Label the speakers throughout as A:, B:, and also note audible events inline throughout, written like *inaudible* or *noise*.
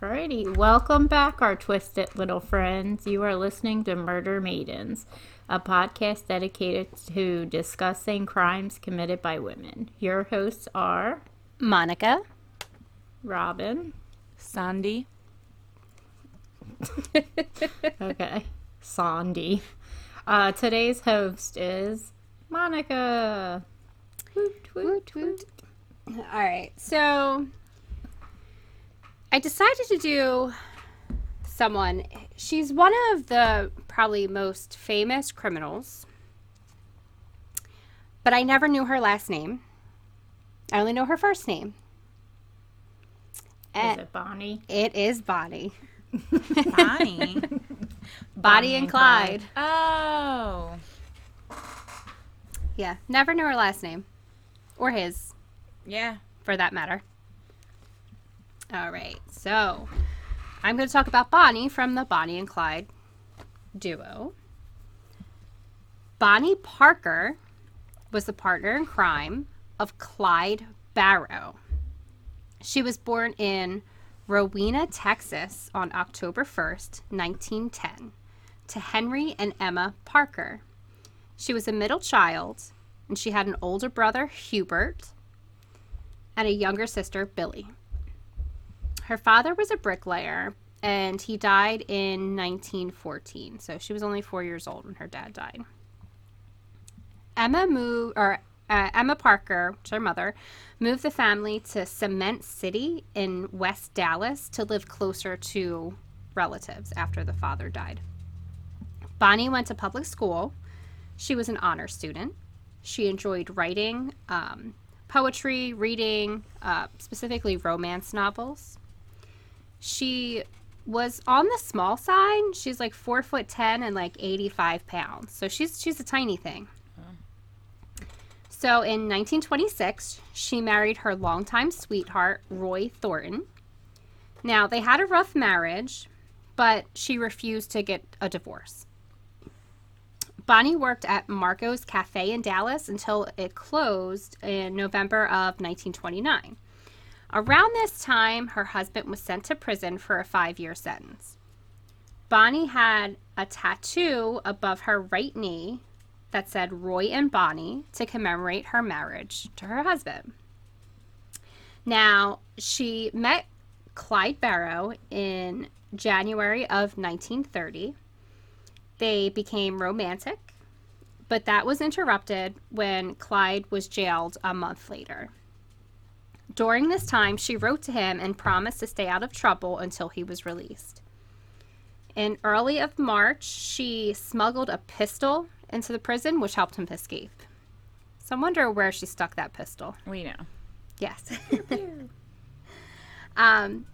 A: Alrighty, welcome back, our twisted little friends. You are listening to Murder Maidens, a podcast dedicated to discussing crimes committed by women. Your hosts are
B: Monica.
A: Robin.
C: Sandy.
A: *laughs* Okay, Sandy. Uh, today's host is Monica. Woot, woot, woot.
B: All right. So I decided to do someone. She's one of the probably most famous criminals, but I never knew her last name. I only know her first name.
A: Is
B: And
A: it Bonnie?
B: it is Bonnie.
C: Bonnie.
B: Bonnie and
A: and Clyde.
B: Clyde.
C: *laughs* oh.
B: Yeah. Never knew her last name or his.
C: Yeah.
B: for that matter. All right, so I'm going to talk about Bonnie from the Bonnie and Clyde duo. Bonnie Parker was the partner in crime of Clyde Barrow. She was born in Rowena, Texas on October 1st, 1910, to Henry and Emma Parker. She was a middle child, and she had an older brother, Hubert, and a younger sister, Billy. Her father was a bricklayer and he died in 1914. So she was only 4 years old when her dad died. Emma moved or uh, Emma Parker, which is her mother, moved the family to Cement City in West Dallas to live closer to relatives after the father died. Bonnie went to public school. She was an honor student. She enjoyed writing, um, poetry, reading, uh, specifically romance novels. She was on the small side. She's like four foot ten and like eighty five pounds, so she's she's a tiny thing. So in 1926, she married her longtime sweetheart Roy Thornton. Now they had a rough marriage, but she refused to get a divorce. Bonnie worked at Marco's Cafe in Dallas until it closed in November of 1929. Around this time, her husband was sent to prison for a five year sentence. Bonnie had a tattoo above her right knee that said Roy and Bonnie to commemorate her marriage to her husband. Now, she met Clyde Barrow in January of 1930 they became romantic, but that was interrupted when Clyde was jailed a month later. During this time, she wrote to him and promised to stay out of trouble until he was released. In early of March, she smuggled a pistol into the prison, which helped him escape. So I wonder where she stuck that pistol.
C: We know.
B: Yes. *laughs* um,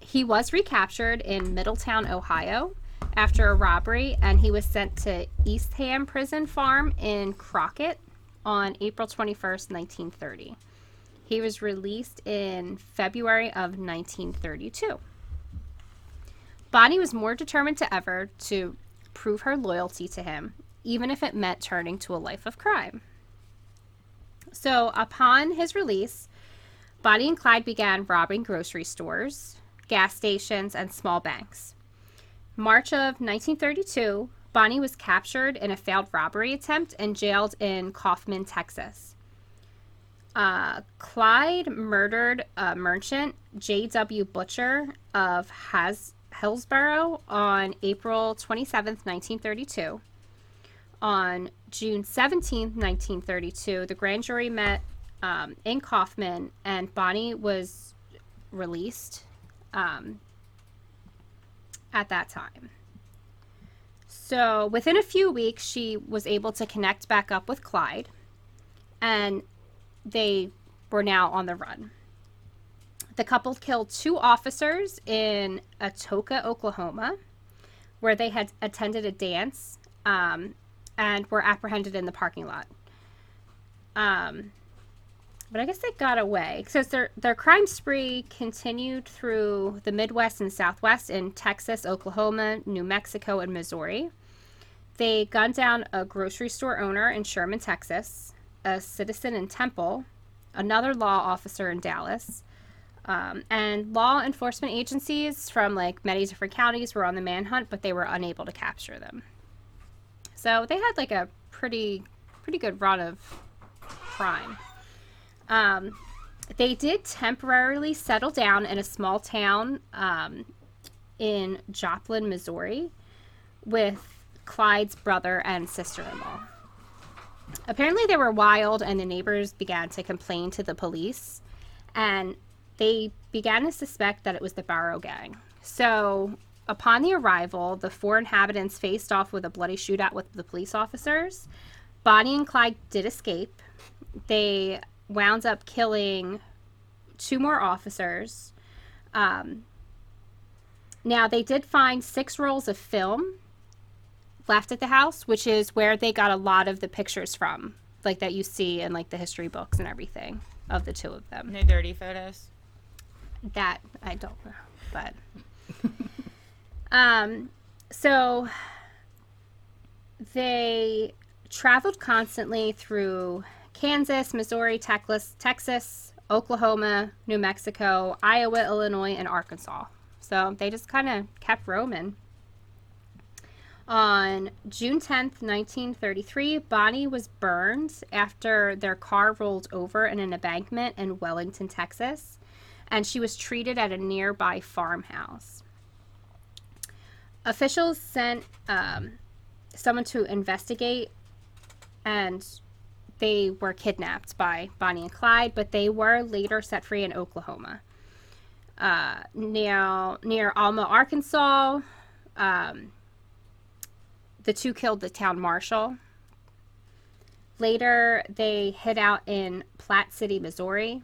B: he was recaptured in Middletown, Ohio, after a robbery, and he was sent to Eastham Prison Farm in Crockett on April 21st, 1930. He was released in February of 1932. Bonnie was more determined to ever to prove her loyalty to him, even if it meant turning to a life of crime. So, upon his release, Bonnie and Clyde began robbing grocery stores, gas stations, and small banks. March of 1932, Bonnie was captured in a failed robbery attempt and jailed in Kaufman, Texas. Uh, Clyde murdered a merchant, J.W. Butcher of Has- Hillsborough, on April 27th, 1932 on June 17, 1932, the grand jury met um, in Kaufman, and Bonnie was released um, at that time. So, within a few weeks, she was able to connect back up with Clyde, and they were now on the run. The couple killed two officers in Atoka, Oklahoma, where they had attended a dance um, and were apprehended in the parking lot. Um, but I guess they got away. Says their their crime spree continued through the Midwest and Southwest in Texas, Oklahoma, New Mexico, and Missouri. They gunned down a grocery store owner in Sherman, Texas, a citizen in Temple, another law officer in Dallas, Um, and law enforcement agencies from like many different counties were on the manhunt, but they were unable to capture them. So they had like a pretty, pretty good run of crime. Um, they did temporarily settle down in a small town um, in Joplin, Missouri, with Clyde's brother and sister in law. Apparently, they were wild, and the neighbors began to complain to the police, and they began to suspect that it was the Barrow Gang. So, upon the arrival, the four inhabitants faced off with a bloody shootout with the police officers. Bonnie and Clyde did escape. They wound up killing two more officers. Um, now, they did find six rolls of film left at the house, which is where they got a lot of the pictures from, like that you see in like the history books and everything of the two of them.
C: No dirty photos.
B: That I don't know, but *laughs* um, so they traveled constantly through Kansas, Missouri, Texas, Texas, Oklahoma, New Mexico, Iowa, Illinois, and Arkansas. So they just kind of kept roaming. On June 10th, 1933, Bonnie was burned after their car rolled over in an embankment in Wellington, Texas, and she was treated at a nearby farmhouse. Officials sent um, someone to investigate, and they were kidnapped by Bonnie and Clyde, but they were later set free in Oklahoma. Uh, now, near Alma, Arkansas, um, the two killed the town marshal. Later, they hid out in Platt City, Missouri.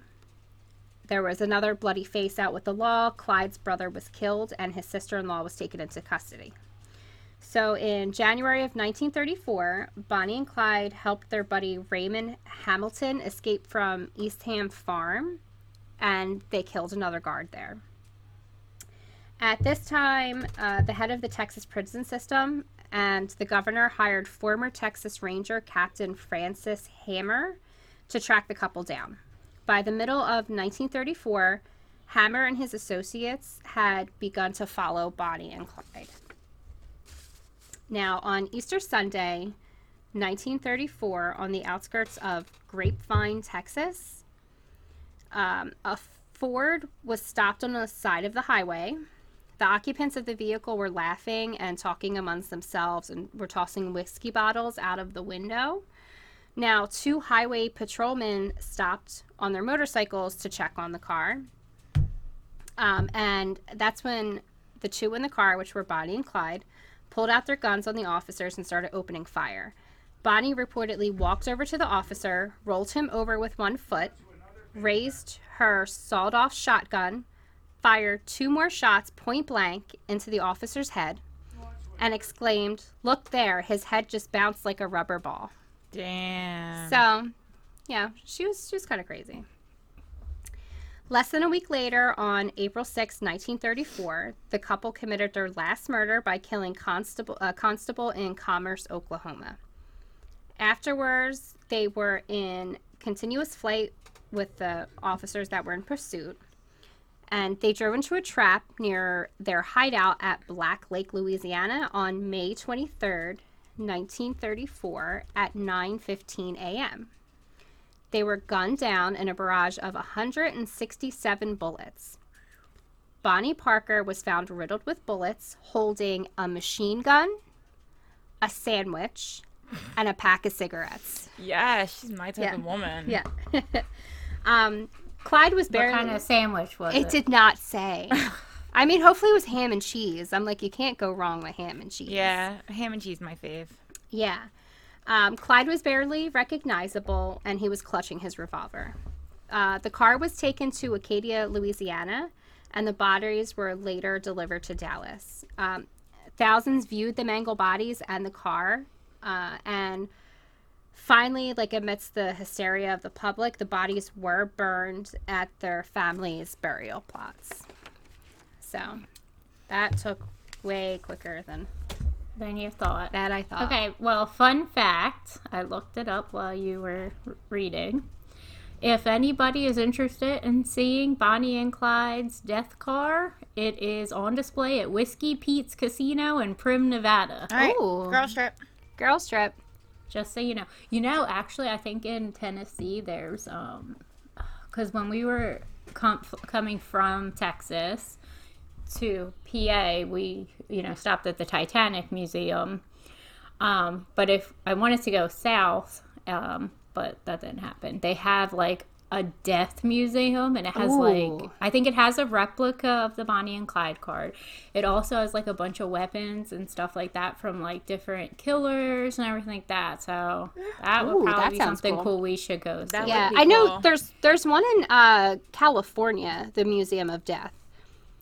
B: There was another bloody face out with the law. Clyde's brother was killed, and his sister in law was taken into custody. So, in January of 1934, Bonnie and Clyde helped their buddy Raymond Hamilton escape from Eastham Farm, and they killed another guard there. At this time, uh, the head of the Texas prison system and the governor hired former Texas Ranger Captain Francis Hammer to track the couple down. By the middle of 1934, Hammer and his associates had begun to follow Bonnie and Clyde. Now, on Easter Sunday, 1934, on the outskirts of Grapevine, Texas, um, a Ford was stopped on the side of the highway. The occupants of the vehicle were laughing and talking amongst themselves and were tossing whiskey bottles out of the window. Now, two highway patrolmen stopped on their motorcycles to check on the car. Um, and that's when the two in the car, which were Bonnie and Clyde, pulled out their guns on the officers and started opening fire. Bonnie reportedly walked over to the officer, rolled him over with one foot, raised her sawed off shotgun, fired two more shots point blank into the officer's head, and exclaimed, Look there, his head just bounced like a rubber ball.
C: Damn.
B: So, yeah, she was she was kind of crazy. Less than a week later, on April 6, 1934, the couple committed their last murder by killing constable a constable in Commerce, Oklahoma. Afterwards, they were in continuous flight with the officers that were in pursuit, and they drove into a trap near their hideout at Black Lake, Louisiana, on May 23rd, 1934, at 9:15 a.m. They were gunned down in a barrage of 167 bullets. Bonnie Parker was found riddled with bullets, holding a machine gun, a sandwich, and a pack of cigarettes.
C: yeah, she's my type
B: Yeah.
C: of woman.
B: Yeah. um, Clyde was
A: What
B: barely.
A: kind of sandwich was
B: It
A: it?
B: did not say. I mean, hopefully it was ham and cheese. I'm like, you can't go wrong with ham and cheese.
C: Yeah, ham and cheese my fave.
B: Yeah. Um, Clyde was barely recognizable and he was clutching his revolver. Uh, the car was taken to Acadia, Louisiana, and the bodies were later delivered to Dallas. Um, thousands viewed the mangled bodies and the car. Uh, and finally, like amidst the hysteria of the public, the bodies were burned at their families' burial plots. So that took way quicker than
A: Then you thought.
B: that I thought.
A: Okay, well, fun fact I looked it up while you were r- reading. If anybody is interested in seeing Bonnie and Clyde's Death Car, it is on display at Whiskey Pete's Casino in Prim, Nevada.
C: All right,
B: Ooh.
C: girl strip.
B: Girl strip.
A: Just so you know. You know, actually, I think in Tennessee there's um, because when we were com- coming from Texas to PA, we you know stopped at the Titanic Museum. Um, but if I wanted to go south, um, but that didn't happen. They have like a death museum and it has like
B: Ooh.
A: I think it has a replica of the Bonnie and Clyde card. It also has like a bunch of weapons and stuff like that from like different killers and everything like that. So that would
B: Ooh, that
A: probably be
B: sounds
A: something
B: cool.
A: cool. we should go
C: That
A: see.
C: would
B: Yeah,
C: be
B: I know
C: cool.
B: there's there's one in uh, California, the Museum of Death.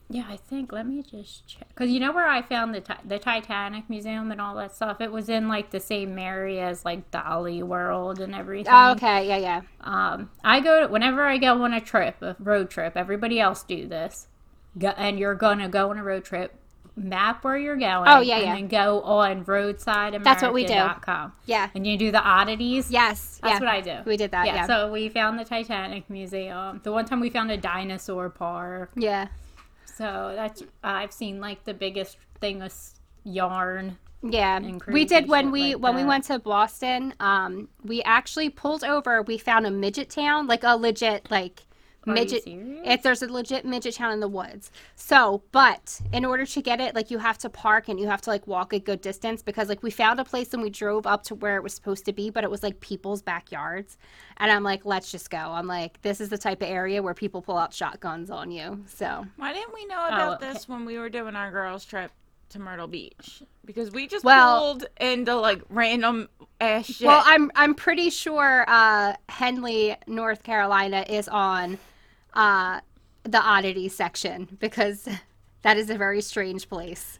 A: Yeah, I think. Let me just check. Because you know where I found the ti- the Titanic Museum and all that stuff. It was in like the same area as like Dolly World and everything.
B: Oh, okay, yeah, yeah.
A: Um, I go whenever I go on a trip, a road trip. Everybody else do this, go, and you're gonna go on a road trip. Map where you're going.
B: Oh, yeah,
A: and
B: yeah.
A: then go on roadsideamerica.com.
B: That's what we do. Yeah.
A: And you do the oddities.
B: Yes.
A: That's
B: yeah.
A: what I do.
B: We did that, yeah. Yeah.
A: So we found the Titanic Museum. The one time we found a dinosaur park.
B: yeah.
A: So that's I've seen like the biggest thing was yarn.
B: We did
A: crazy
B: when
A: shit
B: we
A: like
B: when we
A: that.
B: went to Boston, um, we actually pulled over, we found a midget town, like a legit like
A: Are you
B: midget
A: serious?
B: if there's a legit midget town in the woods. So, but in order to get it, like you have to park and you have to like walk a good distance because like we found a place and we drove up to where it was supposed to be, but it was like people's backyards. And I'm like, let's just go. I'm like, this is the type of area where people pull out shotguns on you. So
C: Why didn't we know
B: Oh,
C: about
A: okay.
C: this when we were doing our girls trip to Myrtle Beach? Because we just
B: Well-
C: pulled into like random ass shit.
B: Well, I'm I'm pretty sure uh, Henley, North Carolina, is on uh, the oddity section because *laughs* that is a very strange place.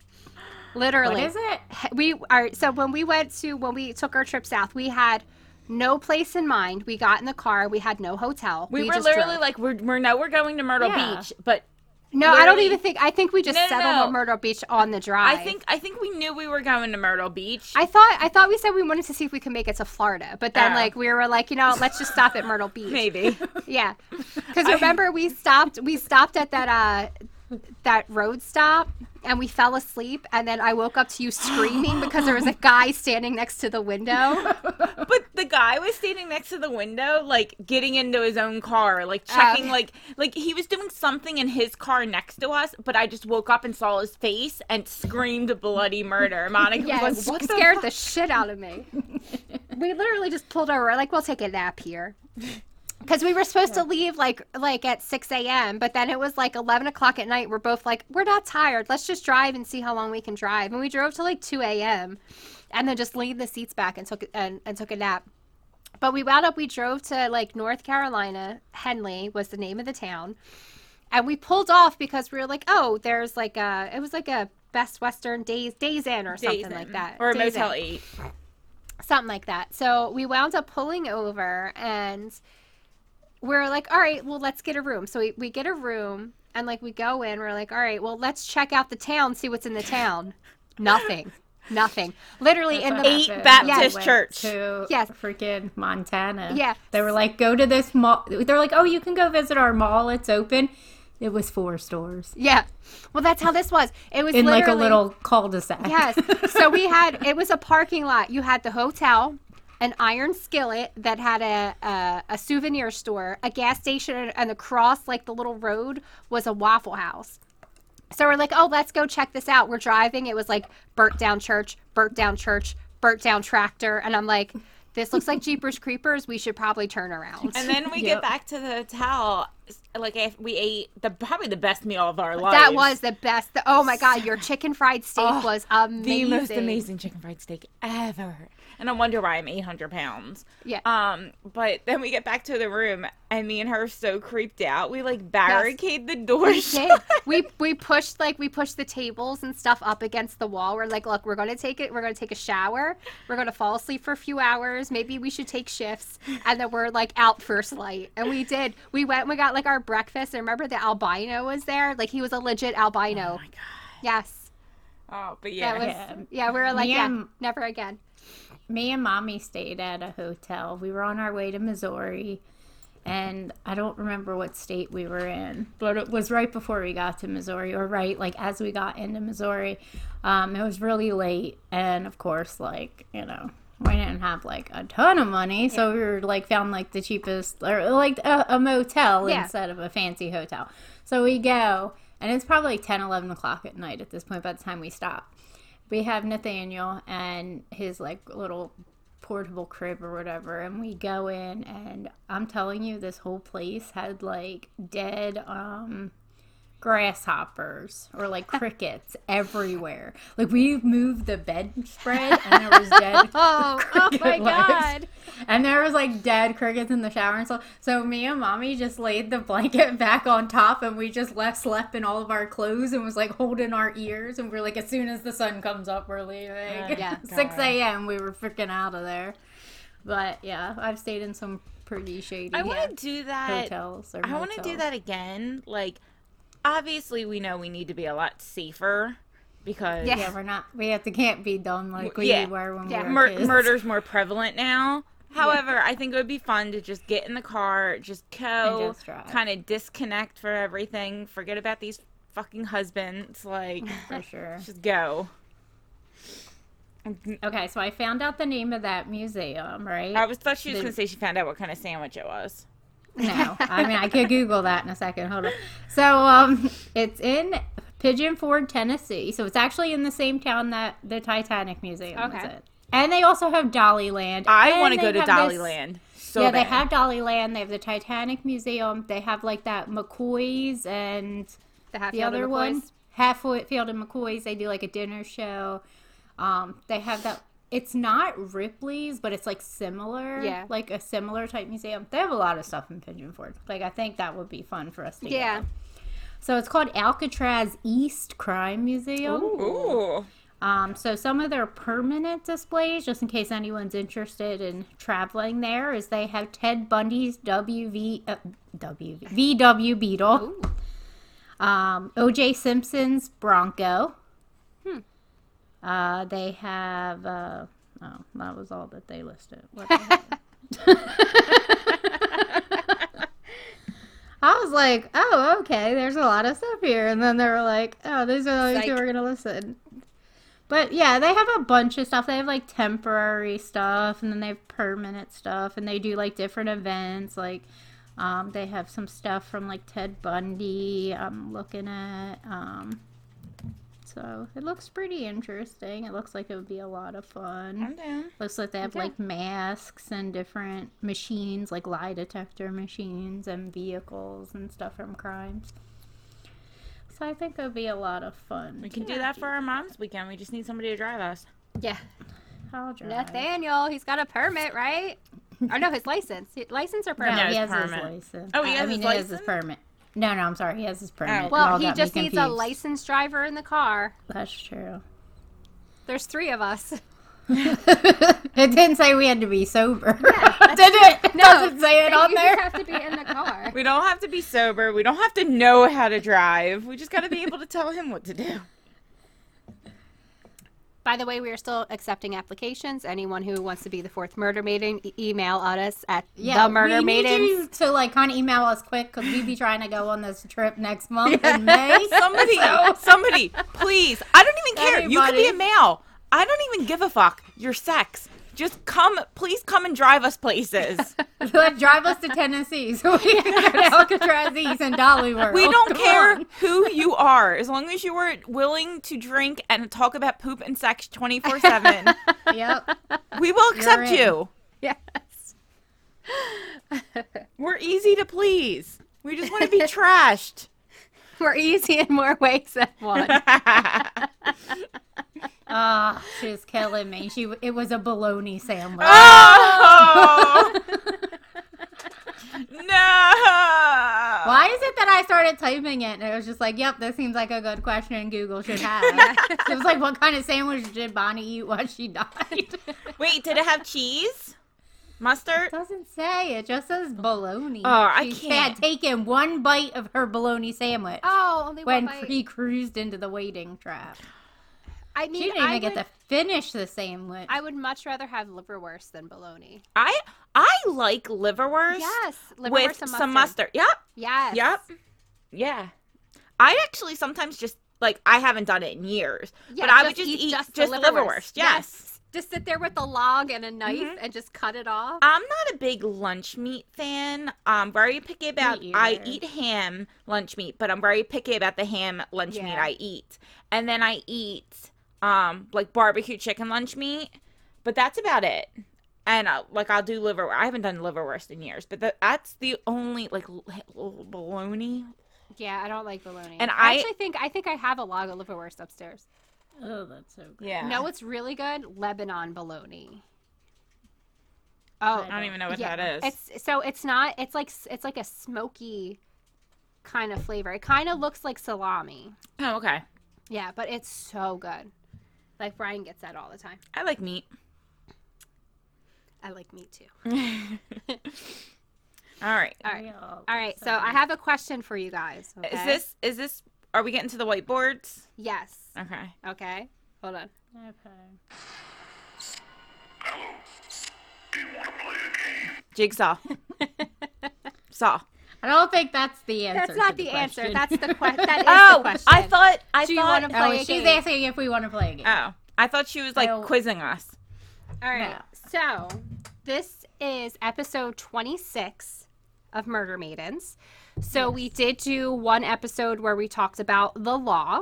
B: Literally,
A: What is it?
B: we are so when we went to when we took our trip south, we had no place in mind. We got in the car. We had no hotel.
C: we, were
B: just
C: literally
B: drove.
C: like, we're, we're no, we're going to Myrtle
A: Yeah.
C: Beach, but
B: no. I don't
C: literally-
B: even think. I think we just
C: No, no,
B: settled
C: no.
B: on Myrtle Beach on the
C: I
B: drive.
C: think I think we knew we were going to Myrtle Beach.
B: I thought I thought we said we wanted to see if we could make it to Florida, but then
C: Oh.
B: like we were like, you know, let's just stop at Myrtle Beach. *laughs*
C: Maybe. *laughs*
B: Yeah, because remember we stopped we stopped at that uh that road stop and we fell asleep and then I woke up to you screaming because there was a guy standing next to the window.
C: but the guy was standing next to the window, like getting into his own car, like checking,
B: Oh.
C: like like he was doing something in his car next to us. But I just woke up and saw his face and screamed bloody murder.
B: *laughs*
C: Monica
B: Yeah, it
C: was like, "What the
B: scared the, shit out of
C: *laughs*
B: me. we literally just pulled over we're like we'll take a nap here. Because we were supposed to leave like like at six a.m., but then it was like eleven o'clock at night. We're both like, we're not tired. Let's just drive and see how long we can drive. And we drove till like two a.m. and then just leaned the seats back and took and, and took a nap. But we wound up we drove to like North Carolina. Henley was the name of the town, and we pulled off because we were like, oh, there's like a it was like a Best Western Days Days Inn or something
C: Days
B: like
C: Inn,
B: that
C: Or a
B: Days
C: Motel
B: Inn.
C: Eight.
B: something like that. So we wound up pulling over and we're like, all right, well, let's get a room. So we, we get a room and like we go in, we're like, all right, well, let's check out the town, see what's in the
C: *laughs*
B: town. Nothing. Nothing. Literally in the
C: Eight
A: happened
C: Baptist
A: when we went
C: church.
A: To
B: Yes.
A: freaking Montana.
B: Yeah.
A: They were like, go to this mall. They're like, oh, you can go visit our mall. It's open. It was four stores
B: Yeah. Well, that's how this was. It was
A: in like a
B: literally-
A: little cul-de-sac.
B: *laughs* Yes.
A: *laughs*
B: So we had it was a parking lot. You had the hotel, an iron skillet that had a a, a souvenir store, a gas station, and across like the little road was a Waffle House. So we're like, oh, let's go check this out. We're driving. It was like burnt down church, burnt down church, burnt down tractor, and I'm like, this looks like Jeepers Creepers. We should probably turn around.
C: And then we
A: Yep.
C: get back to the hotel. Like if we ate the probably the best meal of our lives.
B: that was the best. The, oh my God,
A: *laughs*
B: your chicken fried steak
C: Oh,
B: was amazing.
C: the most amazing chicken fried steak ever. And I wonder why I'm 800 pounds.
B: Yeah.
C: Um, but then we get back to the room, and me and her are so creeped out. We like barricade the *laughs* door shut.
B: did. We we pushed like we pushed the tables and stuff up against the wall. We're like, look, we're gonna take it. We're gonna take a shower. We're gonna fall asleep for a few hours. Maybe we should take shifts, and then we're like out first light. And we did. We went. and We got like our breakfast. And remember, the albino was there. Like he was a legit albino.
C: Oh my God.
B: yes.
C: Oh, but
B: That
C: yeah.
B: was
A: Yeah.
B: yeah. We were like,
A: Me
B: yeah,
A: and-
B: never again.
A: Me and mommy stayed at a hotel. We were on our way to Missouri. and I don't remember what state we were in, but it was right before we got to Missouri, or right like as we got into Missouri. Um, it was really late, and of course, like you know, we didn't have like a ton of money, so we were like found like the cheapest or like a, a motel
B: Yeah.
A: instead of a fancy hotel. So we go, and it's probably like 10, 11 o'clock at night at this point by the time we stop. We have Nathaniel and his like little portable crib or whatever, and we go in, and I'm telling you, this whole place had like dead, um, grasshoppers or like crickets everywhere. Like we moved the bedspread and there was dead
B: Oh, *laughs* oh my
A: cricket
B: god.
A: legs. And there was like dead crickets in the shower and stuff. So me and mommy just laid the blanket *laughs* back on top and we just left slept in all of our clothes and was like holding our ears and we're like as soon as the sun comes up we're
C: Uh,
A: leaving. *laughs*
B: yeah.
A: Six AM we were freaking out of there. But yeah, I've stayed in some pretty shady
C: I want to do that.
A: hotels. Or
C: I want to do
A: motels.
C: that again. Like, obviously, we know we need to be a lot safer because
B: Yeah.
A: Yeah, we're not. We have to can't be dumb like we
C: Yeah.
A: were when we
B: Yeah.
A: were
C: mur- *laughs*
A: kids.
C: murder's more prevalent now. However, I think it would be fun to just get in the car, just go,
A: just drive.
C: kind of disconnect for everything, forget about these fucking husbands. *laughs* Like,
A: *laughs* for sure.
C: just go.
A: Okay, so I found out the name of that museum,
C: I
A: right?
C: was thought she was
A: The-
C: gonna say she found out what kind of sandwich it was.
A: *laughs* No, I mean I could Google that in a second. Hold on. So um, it's in Pigeon Forge, Tennessee. So it's actually in the same town that the Titanic Museum was
B: Okay.
A: in. And they also have Dollyland.
C: I
A: and
C: want to
A: they
C: go to
A: have this-
C: Dollyland. So
A: yeah, they
C: bad.
A: have Dollyland. They have the Titanic Museum. They have like that McCoy's and
B: The, Hatfield
A: the
B: and
A: other
B: McCoys.
A: one, Hatfield and McCoy's. They do like a dinner show. Um, they have that. It's not Ripley's, but it's like similar.
B: Yeah.
A: like a similar type museum. They have a lot of stuff in Pigeon Forge. Like I think that would be fun for us to. go.
B: Yeah.
A: So it's called Alcatraz East Crime Museum.
C: Ooh.
A: Um, so some of their permanent displays, just in case anyone's interested in traveling there, is they have Ted Bundy's WV, uh, WV VW Beetle
B: Ooh.
A: um, OJ Simpson's Bronco. Uh, they have. Uh, oh, that was all that they listed. What the hell? I was like, oh, okay, there's a lot of stuff here. And then they were like, oh, these are the only two
B: Psych.
A: we're going to listen. But yeah, they have a bunch of stuff. They have like temporary stuff and then they have permanent stuff and they do like different events. Like um, they have some stuff from like Ted Bundy I'm looking at. Um, so it looks pretty interesting. It looks like it would be a lot of
C: I'm
A: fun.
C: down.
A: Looks like they have
B: Okay.
A: like masks and different machines, like lie detector machines and vehicles and stuff from crimes. So I think it would be a lot of fun.
C: We can do that for our mom's weekend. We just need somebody to drive us.
B: *laughs* Yeah.
A: I'll drive.
B: Nathaniel, he's got a permit, right? or no, his license. He- License or permit?
A: No,
C: No,
A: he has
C: his
A: his
C: permit.
A: license.
C: Oh, he
A: I
C: has
A: mean,
C: his
A: he has his
C: license?
A: permit. No, no, I'm sorry. He has his permit.
C: Oh.
A: Y'all
B: Well, he
A: got me
B: just needs a
A: confused.
B: licensed driver in the car.
A: That's
C: *laughs*
A: true. *laughs*
B: There's three of *laughs* us.
A: it didn't say we had to be sober. *laughs* Did it? It doesn't say it
B: *laughs* you
A: on
B: just
A: there.
B: have to be in the car.
C: We don't have to be sober. We don't have to know how to drive. We just got to be able to tell him what to do.
B: *laughs* By the way, we are still accepting applications. Anyone who wants to be the fourth murder maiden, e- email us at the murder
A: we need
B: maidens.
A: you to like kind of email us quick because we be trying to go on this trip next month
B: *laughs*
A: in May. *laughs*
C: Somebody, somebody, please. I don't even care. You could be a
A: Anybody.
C: male. I don't even give a fuck your sex. Just come, please come and drive us
A: *laughs*
C: places.
A: Like, drive us to Tennessee so we can go to Alcatraz East and Dolly World.
C: We don't
A: Oh, Come
C: care
A: on.
C: who you are, as long as you are willing to drink and talk about poop and sex
B: *laughs*
C: 24
A: *laughs*
C: 7.
A: Yep.
C: We will accept
A: in.
C: you.
B: Yes. *laughs*
C: We're easy to please. We
A: *laughs*
C: just want to be trashed. *laughs*
B: We're easy in more ways than one.
A: Oh, she was killing me. She it was a bologna sandwich.
C: Ah! Oh!
B: *laughs*
C: no!
A: Why is it that I started typing it and it was just like, yep, this seems like a good question Google should
C: *laughs*
A: have? it was like, what kind of sandwich did Bonnie eat while she died? *laughs*
C: Wait, did it have cheese? Mustard?
A: doesn't say. It just says bologna.
C: Oh, I
A: she
C: can't.
A: had taken one bite of her bologna sandwich
B: oh, only
A: when
B: one bite.
A: she cruised into the waiting trap.
B: I
A: She
B: mean,
A: didn't even
B: I, would,
A: get to finish the sandwich.
B: I would much rather have liverwurst than bologna.
C: I I like liverwurst
B: Yes, liverwurst
C: with
B: and
C: some mustard. Yep.
B: Yes.
C: Yep. Yeah. I actually sometimes just like I haven't done it in years,
B: Yeah,
C: but I would just
B: eat
C: eat just,
B: the
C: liverwurst. Yes.
B: Just sit there with a log and a knife
C: Mhm.
B: and just cut it off.
C: I'm not a big lunch meat fan. I'm very picky about. I
A: either.
C: eat ham lunch meat, but I'm very picky about the ham lunch meat
B: Yeah.
C: I eat. And then I eat um like barbecue chicken lunch meat, but that's about it. And uh, like I'll do liver. I haven't done liverwurst in years, but that, that's the only like l- l- bologna.
B: Yeah, I don't like bologna.
C: And I-
B: actually think I think I have a log of liverwurst upstairs.
A: Oh, that's so good.
C: Yeah.
B: No, it's really good? Lebanon bologna. Oh,
C: I don't even know what
B: yeah.
C: that is.
B: It's so it's not. It's like s- it's like a smoky kind of flavor. It kind of looks like salami.
C: oh, okay.
B: Yeah, but it's so good. Like Brian gets that all the time.
C: I like meat.
B: I like meat too.
C: *laughs* All right.
B: All
A: We
B: right.
A: all-
B: All right. So I have a question for you guys.
C: Is
B: okay?
C: this is this are we getting to the whiteboards?
B: Yes.
C: Okay.
B: Okay. Hold on.
A: Okay.
B: *laughs*
C: Jigsaw. Saw.
A: I don't think that's the answer.
B: That's not
A: to
B: the, answer.
A: question.
B: That's the question.
A: *laughs*
B: That is the
C: Oh,
B: question.
C: I thought I
B: Do you
C: thought
B: wanna-
A: Oh,
B: Play a
A: she's
B: game.
A: asking if we want to play a game.
C: Oh, I thought she was like
A: No.
C: quizzing us.
B: All right.
A: No.
B: So this is episode 26 of Murder Maidens. So we did do one episode where we talked about the law.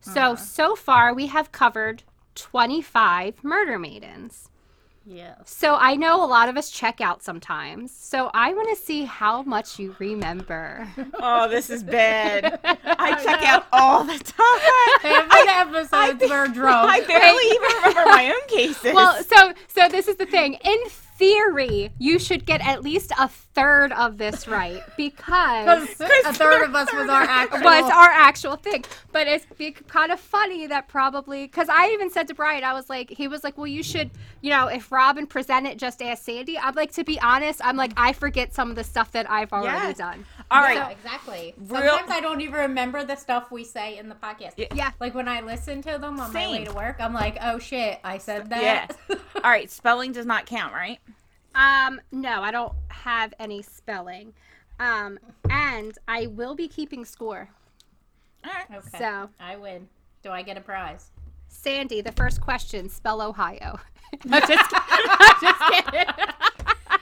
B: So so far we have covered 25 murder maidens. *laughs*
A: Yes. *laughs*
B: So I know a lot of us check out sometimes. So I want to see how much you remember.
C: Oh, this is bad. *laughs* I check out all the *laughs* time.
A: There have been episodes where drunk.
C: I barely even remember my *laughs* own cases.
B: well, so so this is the thing. In theory, you should get at least a third of this right because
A: a third of us was our actual.
B: was our actual thing. But it's be- kind of funny that probably because I even said to Brian, I was like, he was like, well, you should, you know, if Robin present it, just ask Sandy. I'm like, to be honest, I'm like, I forget some of the stuff that I've already
C: Yes.
B: done.
C: all right.
A: Yeah, exactly.
C: Real-
A: Sometimes I don't even remember the stuff we say in the podcast.
C: Yeah.
B: Yeah.
A: Like when I listen to them on my way
C: Same.
A: to work, I'm like, oh shit, I said
C: Yeah.
A: that. *laughs*
C: All right. Spelling does not count, right?
B: Um, no, I don't have any spelling. Um, and I will be keeping score.
C: All right.
A: okay.
B: So.
A: I win. Do I get a prize?
B: Sandy, the first question, spell Ohio. *laughs* I'm just kidding. I'm just kidding.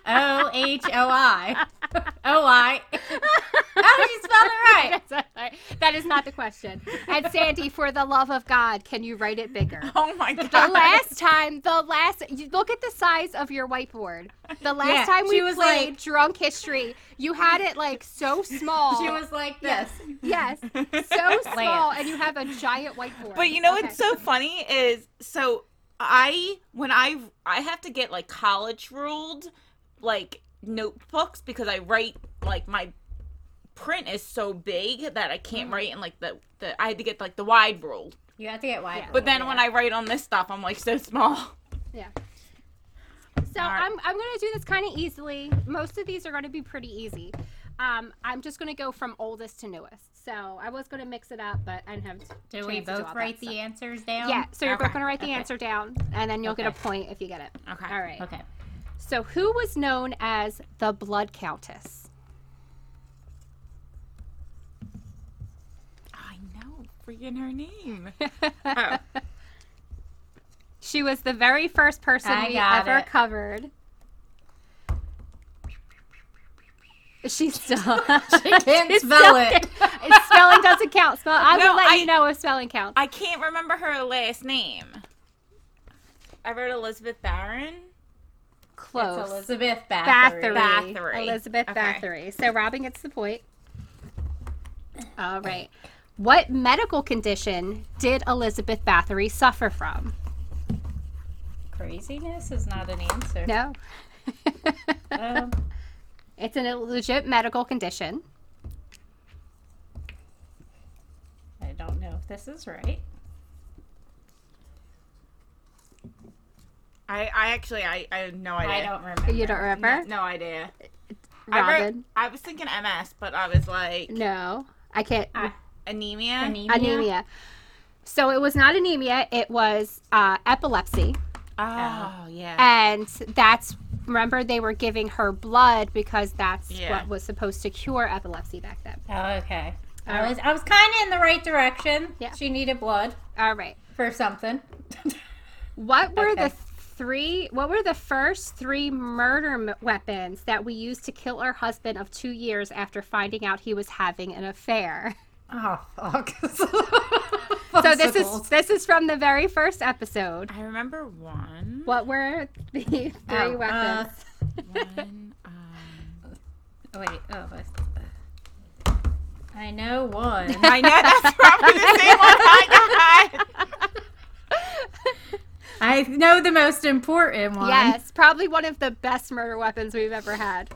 A: O H O I. *laughs* O I. Oh, she spelled it right.
B: That's all right. *laughs* That is not the question. And Sandy, for the love of God, can you write it bigger?
C: Oh *laughs* my
A: *laughs*
C: god.
B: The last time, the last, you look at the size of your whiteboard. The last
A: Yeah,
B: time
A: she
B: we
A: was
B: played
A: like-
B: drunk history, you had it like so small.
A: *laughs* She was like this.
B: yes, yes, so small, and you have a giant whiteboard.
C: But you know
B: Okay.
C: what's so funny is so I when I I have to get like college ruled like notebooks because I write like my print is so big that I can't write in like the, the I had to get like the wide ruled.
A: You have to get wide.
B: Yeah.
C: But then when
A: Oh, yeah.
C: I write on this stuff I'm like so small.
B: Yeah. So
C: All right.
B: I'm, I'm going to do this kind of easily. Most of these are going to be pretty easy. Um, I'm just going to go from oldest to newest. So I was going to mix it up, but I didn't have.
A: do we
B: chance to do all
A: both
B: that
A: write
B: stuff.
A: the answers down?
B: Yeah, so you're both
C: Okay.
B: going to write the
A: Okay.
B: answer down, and then you'll get
A: Okay.
B: a point if you get it.
C: Okay.
B: All right.
A: Okay.
B: So who was known as the Blood Countess?
C: I know freaking her name.
A: Oh.
B: *laughs* She was the very first person
A: I
B: we
A: got
B: ever
A: it.
B: covered. She's
A: *laughs*
B: still. *laughs*
A: She can't
B: It's
A: spell
B: still-
A: it.
B: It's- spelling doesn't count. Spell.
A: *laughs*
B: I
C: No,
B: will let
C: I-
B: you know if spelling counts.
C: I can't remember her last name. I wrote Elizabeth Barron.
A: It's
B: Close.
A: Elizabeth
B: Bathory.
A: Bathory.
C: Bathory.
B: Elizabeth
C: Okay.
B: Bathory. So Robin gets the point. All right. What medical condition did Elizabeth Bathory suffer from?
A: Craziness is not an answer.
B: No. *laughs*
A: Um,
B: it's an legit medical condition.
A: I don't know if this is right.
C: I, I actually I, I have no idea.
A: I don't remember.
B: You don't remember?
C: No, no idea. I, wrote,
B: Robin?
C: I was thinking MS, but I was like
B: No. I can't.
A: Ah,
C: anemia.
A: Anemia.
B: anemia. So it was not anemia. It was uh, epilepsy.
C: Oh yeah.
B: and that's remember they were giving her blood because that's
C: Yeah.
B: what was supposed to cure epilepsy back then.
A: Oh, okay. I
B: Alright.
A: was I was kind of in the right direction.
B: Yeah.
A: She needed blood
B: All right.
A: for something. *laughs*
B: What were
A: Okay.
B: the three? What were the first three murder m- weapons that we used to kill her husband of two years after finding out he was having an
C: *laughs*
B: affair?
A: oh fuck. *laughs*
B: So this is this is from the very first episode.
C: I remember one.
B: What were the
C: *laughs*
B: three
A: Oh, uh,
B: weapons? *laughs*
C: one um,
A: wait. Oh, but, I know
B: *laughs*
A: one.
C: I know that's *laughs* probably the same one I got.
A: I know the most important one.
B: Yes, probably one of the best murder weapons we've ever had.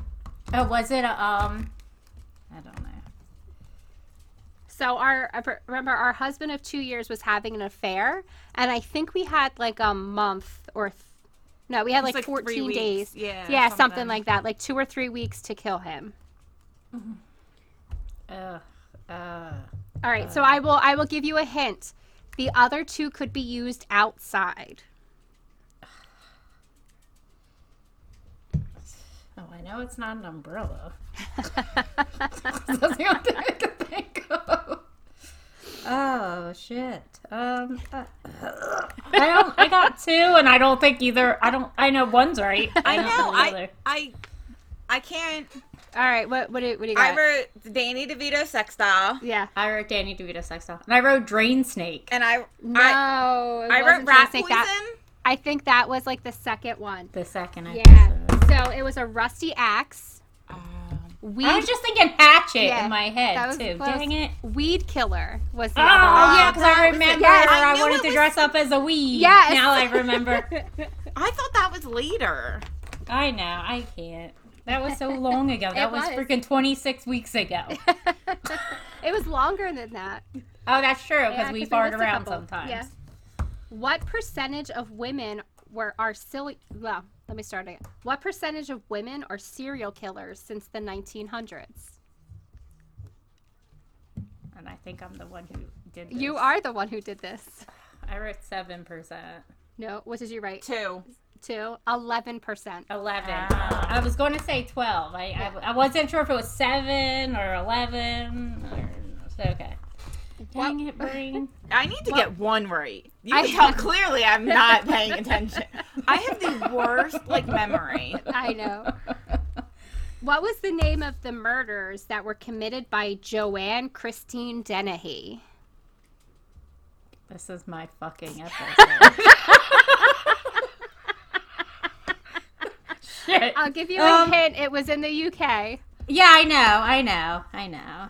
A: Oh, was it a, um? I don't know.
B: So our I per- remember our husband of two years was having an affair, and I think we had like a month or th- no, we had like,
C: like three
B: fourteen
C: weeks,
B: days.
C: yeah,
B: yeah, something.
C: something.
B: like that, like two or three weeks to kill him.
A: Ugh. Uh,
B: All right, so I will I will give you a hint. The other two could be used outside. *laughs*
A: oh, I know it's not an umbrella. *laughs* That's the only thing I can think of. Oh shit. Um, uh, I don't. I got two, and I don't think either. I don't. I know one's right.
C: I
A: don't
C: know.
A: the
C: I
A: other.
C: I I can't.
B: All right, what what do, what do you got?
C: I wrote Danny DeVito sex doll,
B: yeah.
A: I wrote Danny DeVito sex doll, and I wrote drain snake.
C: and I
B: No,
C: I,
B: it
C: I wrote
B: wasn't gonna
C: rat
B: say
C: poison.
B: That. I think that was like the second one.
A: The second. I
B: Yeah.
A: think so.
B: So it was a rusty axe.
C: Um,
B: Weed,
A: I was just thinking hatchet
B: Yeah,
A: in my head
B: that was
A: too.
B: close.
A: Dang it.
B: weed killer was the
A: Oh,
B: other one.
A: yeah, because I
C: that was it.
A: remember
B: Yes.
C: I
A: I,
C: knew
A: wanted
C: it
A: to
C: was-
A: dress up as a weed.
B: Yes.
A: Now I remember.
B: *laughs*
C: I thought that was later.
A: I know. I can't. That was
B: *laughs*
A: so long ago. That was,
B: was.
A: freaking 26 weeks
B: *laughs*
A: ago. oh,
B: it was longer than that.
A: that's true, because
B: Yeah,
A: we
B: 'cause
A: fart
B: missed a
A: around
B: couple.
A: sometimes.
B: Yeah. What percentage of women were are silly? Well, let me start again. What percentage of women are serial killers since the 1900s?
A: And I think I'm the one who did this.
B: You are the one who did this.
A: I wrote 7%.
B: No, what did you write?
C: Two.
B: Two. Eleven percent.
A: 11.
C: Ah.
A: I was going to say 12. I, I, I wasn't sure if it was 7 or 11. Or, so, okay. Dang it, brain.
C: I need to get one right. You
B: I-
C: can tell clearly I'm not paying attention. I have the worst like memory.
A: *laughs*
B: I know. What was the name of the murders that were committed by Joanne Christine Dennehy?
A: This is my fucking episode. *laughs* Shit.
B: I'll give you
A: Um,
B: a hint. It was in the UK.
A: Yeah, I know, I know, I know.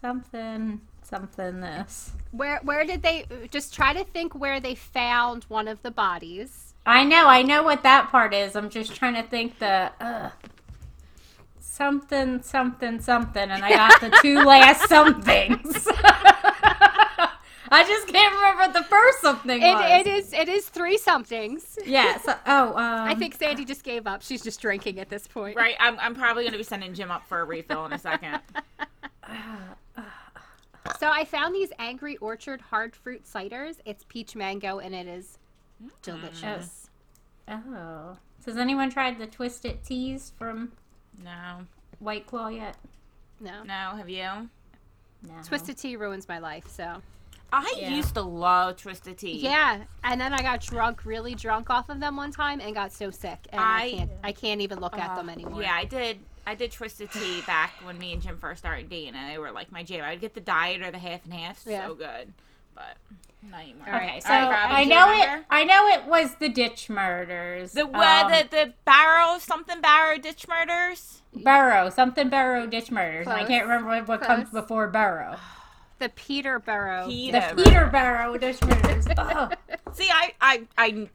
A: Something, something this.
B: Where where did they just try to think where they found one of the bodies?
A: I know, I know what that part is. I'm just trying to think the uh, something, something, something, and I got the
C: *laughs*
A: two last somethings. *laughs* I just can't remember what the first something was.
B: It, it is it is three somethings.
A: yeah. So, oh,
C: *laughs*
A: um,
B: I think Sandy just gave up. She's just drinking at this point.
C: Right, I'm, I'm probably gonna be sending Jim up for a refill in a second.
B: So I found these Angry Orchard hard fruit ciders. It's peach mango and it is delicious.
A: Oh, So has anyone tried the twisted teas from
C: No,
A: White Claw yet? Mm.
B: No.
C: no, have you?
A: No.
B: Twisted tea ruins my life, so.
C: I
A: Yeah.
C: used to love Twisted Tea.
B: Yeah, and then I got drunk, really drunk off of them one time and got so sick and I,
C: I-
B: can't I can't even look at
C: Uh,
B: them anymore.
C: Yeah, I did. I did Twisted Tea back when me and Jim first started dating, and they were like my jam. I'd get the diet or the half and half.
B: Yeah.
C: So good, but not anymore.
B: All right,
A: Okay, so
C: All right, Robin,
A: I
C: do you
A: know it.
C: remember?
A: I know it was the ditch murders.
C: The
A: um,
C: where the the barrow something barrow ditch murders.
A: Burrow, something Burrow ditch murders. And I
B: Close.
A: can't remember what, what comes
B: Close.
A: before Burrow.
B: The Peterborough.
A: The
C: Peter.
A: Peter Burrow ditch murders. Oh, Ugh.
C: See, I I I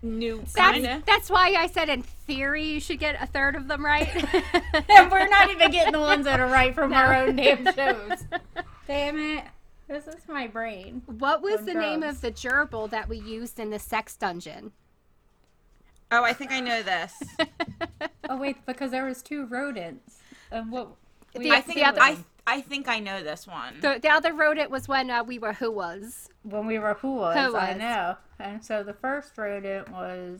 C: knew
B: That's,
C: kind of.
B: that's why I said in theory you should get a third of them right.
A: *laughs* and we're not even
B: *laughs*
A: getting the ones that are right from our own damn shows. Damn it! This is my brain.
B: what was
A: On
B: the name
A: drugs.
B: of the gerbil that we used in the sex dungeon? *laughs*
C: Oh, I think I know this.
A: Oh wait, because there was two rodents. Um, what? we-
B: The-
C: I think
B: the other
C: I I think I know this one.
B: The, the other rodent was when uh, we were who was.
A: when we were who was,
B: Who
A: I
B: was.
A: know. And so the first rodent was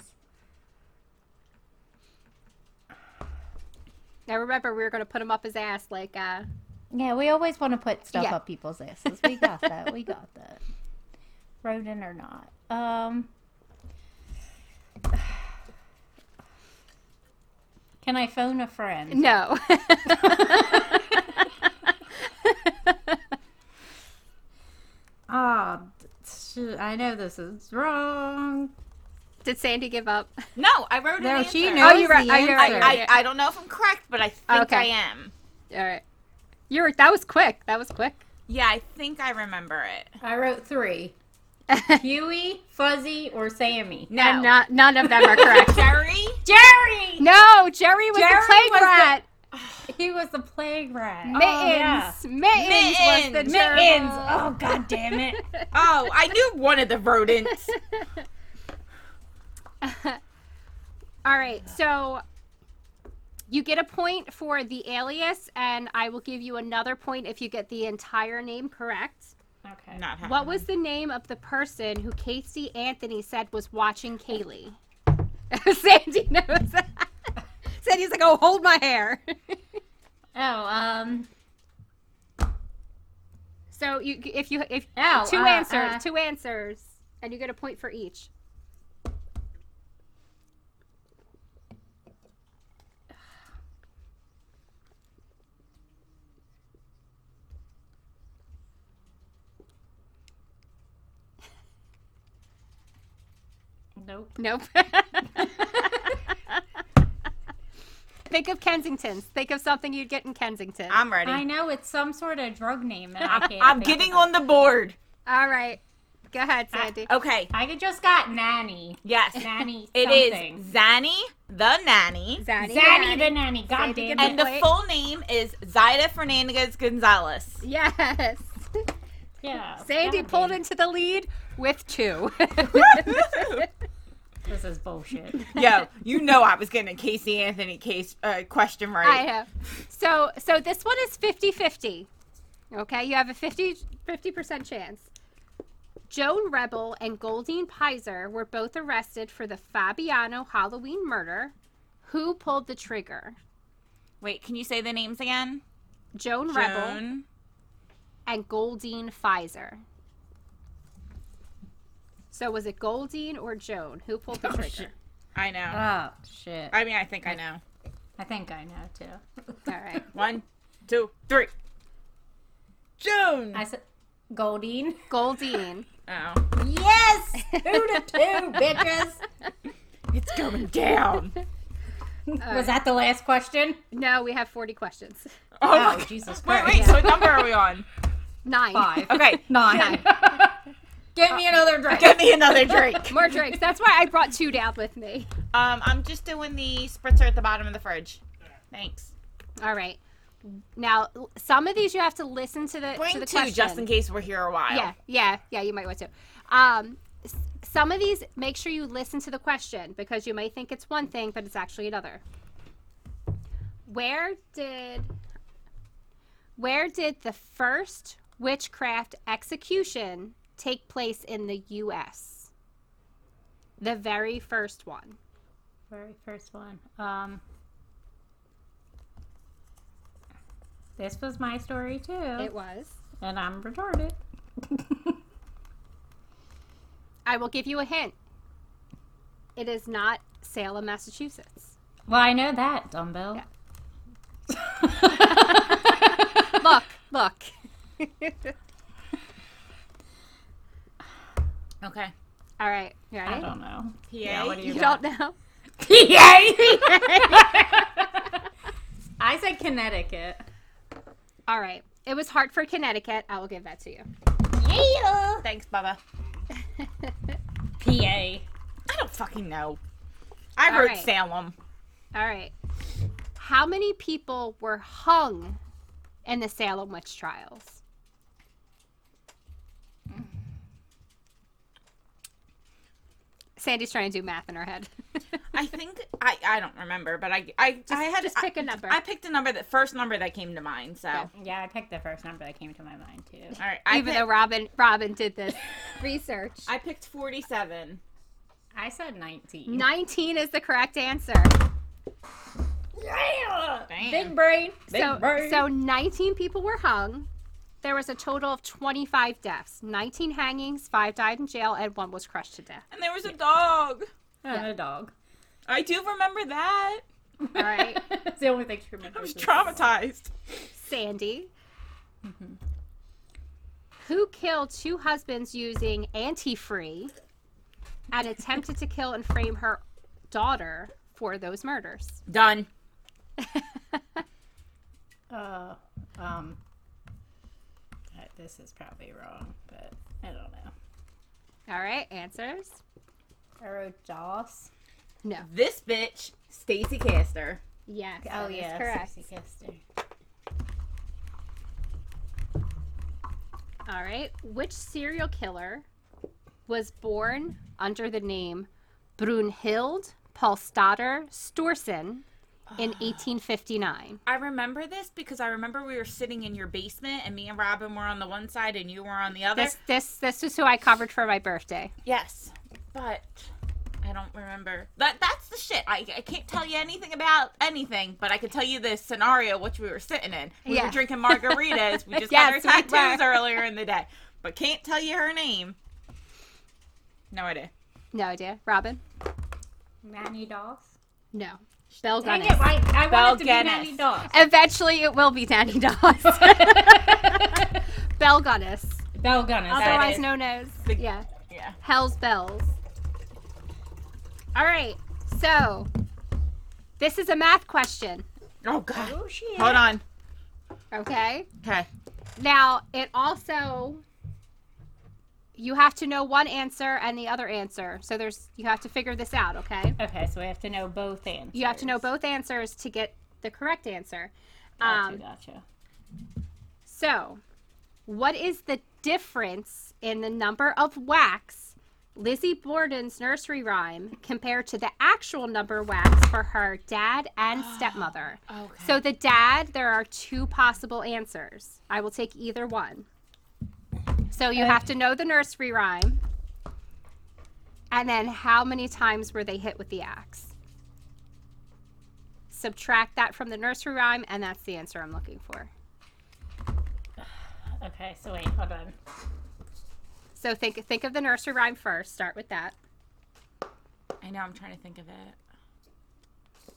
B: I remember we were going to put him up his ass like uh,
A: Yeah, we always want to put stuff
B: Yeah.
A: up people's asses. We got that. we *laughs* got that. Rodent or not. Um Can I phone a friend?
B: no.
A: Oh, sh- I know this is wrong.
B: *laughs* Did Sandy give up?
C: No, I wrote
A: No,
C: an
A: she
C: answer.
A: knows
B: you're right.
A: the
B: Oh, you're right.
A: answer.
C: I, I, I don't know if I'm correct, but I think
B: Okay.
C: I am.
B: All right. You were that was quick. That was *laughs* quick.
C: Yeah, I think I remember it.
A: I wrote three. Huey, Fuzzy, or Sammy?
C: No.
B: And not none of them are correct.
C: Jerry?
A: Jerry!
B: *laughs* no, Jerry was
A: Jerry
B: the plague
A: was the-
B: rat.
A: He was the plague rat.
B: Mittens.
A: Oh, yeah.
B: Mittens. was the
C: Mittens.
B: gerbil.
A: Mittens. Oh, god damn *laughs* it.
C: Oh, I knew one of the rodents.
B: *laughs* All right. So you get a point for the alias, and I will give you another point if you get the entire name correct.
A: Okay.
C: Not happening.
B: What was the name of the person who Casey Anthony said was watching Kaylee? *laughs* Sandy knows. Sandy's like, oh, hold my hair. *laughs*
A: Oh, um,
B: so you, if you, if
A: Oh,
B: two
A: uh,
B: answers,
A: uh.
B: two answers, and you get a point for each.
A: nope.
B: Nope. Think of Kensington's. Think of something you'd get in Kensington.
C: I'm ready.
A: I know it's some sort of drug name, and
C: *laughs*
A: I can't.
C: I'm
A: think
C: getting
A: of it.
C: on the board.
B: All right. Go ahead, Sandy.
C: Okay.
A: I could just got nanny,
C: Yes.
A: nanny.
C: *laughs* It is
A: something.
C: Zanny the Nanny.
B: Zaddy.
A: Zaddy the nanny. God damn
B: Zaddy the
A: it.
C: And the
B: Wait.
C: full name is Zaida Fernandez Gonzalez.
B: Yes.
A: Yeah.
B: Sandy
A: God
B: pulled
A: damn
B: into the lead with two.
A: it. This is bullshit.
C: *laughs* Yo, you know I was getting a Casey Anthony case uh, question
B: I
C: right.
B: have. So so this one is 50-50. Okay, you have a 50 percent chance. Joan Rebel and Goldine Pizer were both arrested for the Fabiano Halloween murder. Who pulled the trigger?
C: Wait, can you say the names again?
B: Joan, Rebel
C: Joan.
B: and Goldine Pizer. So was it Goldine or Joan? Who pulled the
A: Oh,
B: trigger?
A: shit.
C: I know.
A: Oh shit.
C: I mean, I think I know.
A: I think I know too.
B: All right.
C: One, two, three. Joan.
A: I said Goldine.
C: *laughs*
A: *laughs*
B: Goldine.
C: Oh,
A: Yes. *laughs* Two to
C: *laughs*
A: two, bitches.
C: it's going down.
A: Was that the last question?
B: No, we have 40 questions.
C: Oh,
A: Oh,
C: my-
A: Jesus
C: Wait,
A: Christ.
C: wait. So what number are we on?
B: Nine.
A: Five.
C: Okay. *laughs*
A: Nine. *laughs* Give me another drink.
C: Give me another drink.
B: More drinks. That's why I brought two down with me.
C: Um, I'm just doing the spritzer at the bottom of the fridge. Thanks.
B: All right. Now, l- some of these you have to listen to the
C: Bring
B: to the
C: two,
B: question.
C: just in case we're here a while.
B: Yeah, yeah, yeah. You might want to. Um, s- some of these, make sure you listen to the question because you might think it's one thing, but it's actually another. Where did where did the first witchcraft execution take place in the U.S.? The very first one.
A: Very first one. Um, this was my story too,
B: It was.
A: and I'm retarded.
B: I will give you a hint. It is not Salem, Massachusetts.
C: *laughs*
A: Well, I know that, dumbbell. *laughs*
B: Look, look. *laughs*
C: Okay.
B: All right, you
A: I
B: ready?
C: Uh-huh.
A: don't know.
C: PA.
A: Yeah, what do
B: You
A: you
B: don't *laughs* know.
A: PA. *laughs* I said Connecticut.
B: All right. It was Hartford, Connecticut. I will give that to you. *laughs*
A: Yeah.
C: Thanks, Bubba.
A: PA.
C: I don't fucking know. I
B: All
C: wrote
B: right.
C: Salem.
B: All right. How many people were hung in the Salem witch trials?
C: Mm.
B: Sandy's trying to do math in her head.
C: I think I, I don't remember, but I I I had
B: just
C: I-
B: pick a number.
C: I picked a number that first number that came to mind. So
B: Yeah.
A: Yeah, I picked the first number that came to my mind too.
C: all right, I
B: Even
C: pick-
B: though Robin Robin did this research.
C: I picked forty-seven.
A: I said 19.
B: 19 is the correct answer.
A: Yeah!
C: Damn.
A: Big brain. Big
B: So,
A: brain.
B: so 19 people were hung. There was a total of 25 deaths, 19 hangings, five died in jail, and one was crushed to death.
C: And there was a dog.
A: and a dog.
C: I do remember that.
B: All right,
A: *laughs* it's the only thing she remembers.
C: I was
A: is-
C: traumatized.
B: Sandy. Who killed two husbands using antifree and attempted to kill and frame her daughter for those murders?
C: Done.
A: Uh, um, uh, this is probably wrong, but I don't know.
B: All right, answers?
A: I wrote Joss.
B: No.
C: This bitch, Stacy Caster.
B: Yes.
A: Oh
B: that is
A: yeah,
B: correct.
A: Sissy Kester.
B: All right. Which serial killer was born under the name Brunhild Paulstadter Storsen in 1859?
C: I remember this because I remember we were sitting in your basement and me and Robin were on the one side and you were on the other.
B: This this this is who I covered for my birthday.
C: Yes, but I don't remember. That that's the shit. I, I can't tell you anything about anything, but I can tell you the scenario which we were sitting in. We
B: Yeah.
C: were drinking margaritas. We *laughs* just
B: Yes, we
C: got our tattoos
B: were.
C: earlier in the day, but can't tell you her name. No idea.
B: No idea. Robin?
A: Manny Doss.
B: No. Bell
A: Dang
B: Gunness.
A: it! Why, I
C: Belle
A: wanted to be Manny
B: *laughs*
C: Guinness.
A: Doss.
B: Eventually it will be Danny
A: *laughs*
B: Doss. Bell Gunness.
A: Bell Gunness.
B: Otherwise
C: is
B: known as
C: the-
B: Yeah.
C: Yeah.
B: Hell's Bells. All right. So, this is a math question,
C: Oh god.
A: Oh shit.
C: Hold on.
B: okay?
C: Okay.
B: Now, it also you have to know one answer and the other answer. So there's you have to figure this out, okay?
A: Okay, so we have to know both answers.
B: You have to know both answers to get the correct answer.
A: Gotcha,
B: Um,
A: gotcha.
B: so, what is the difference in the number of whacks Lizzie Borden's nursery rhyme compared to the actual number whacks for her dad and stepmother?
C: Okay.
B: So the dad, there are two possible answers. I will take either one. So you have to know the nursery rhyme. And then how many times were they hit with the axe? Subtract that from the nursery rhyme, and that's the answer I'm looking for.
A: Okay, so wait, hold on.
B: So think think of the nursery rhyme first. Start with that.
C: I know I'm trying to think of it.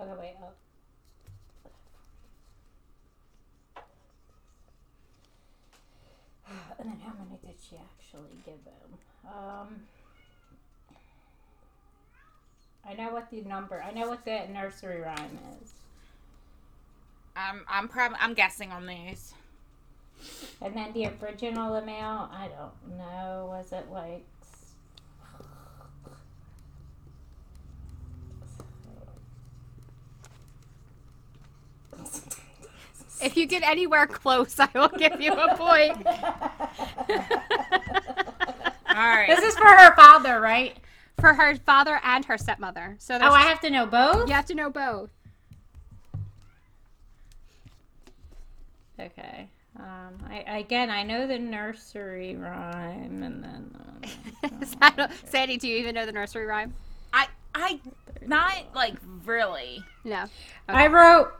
A: Okay, wait. Up. *sighs* And then how many did she actually give him? Um, I know what the number. I know what that nursery rhyme is,
C: I'm I'm probably I'm guessing on *laughs* these.
A: and then the original amount. I don't know. Was it like? s-
B: If you get anywhere close, *laughs* I will give you a point.
A: *laughs*
C: All right.
A: This is for her father, right?
B: for her father and her stepmother. So
A: Oh,
B: there's
A: I have to know both.
B: you have to know both. *laughs*
A: Okay. Um, I again, I know the nursery rhyme, and then um,
B: *laughs* Is that a- Sandy, do you even know the nursery rhyme?
C: I I not like really.
B: No.
A: I wrote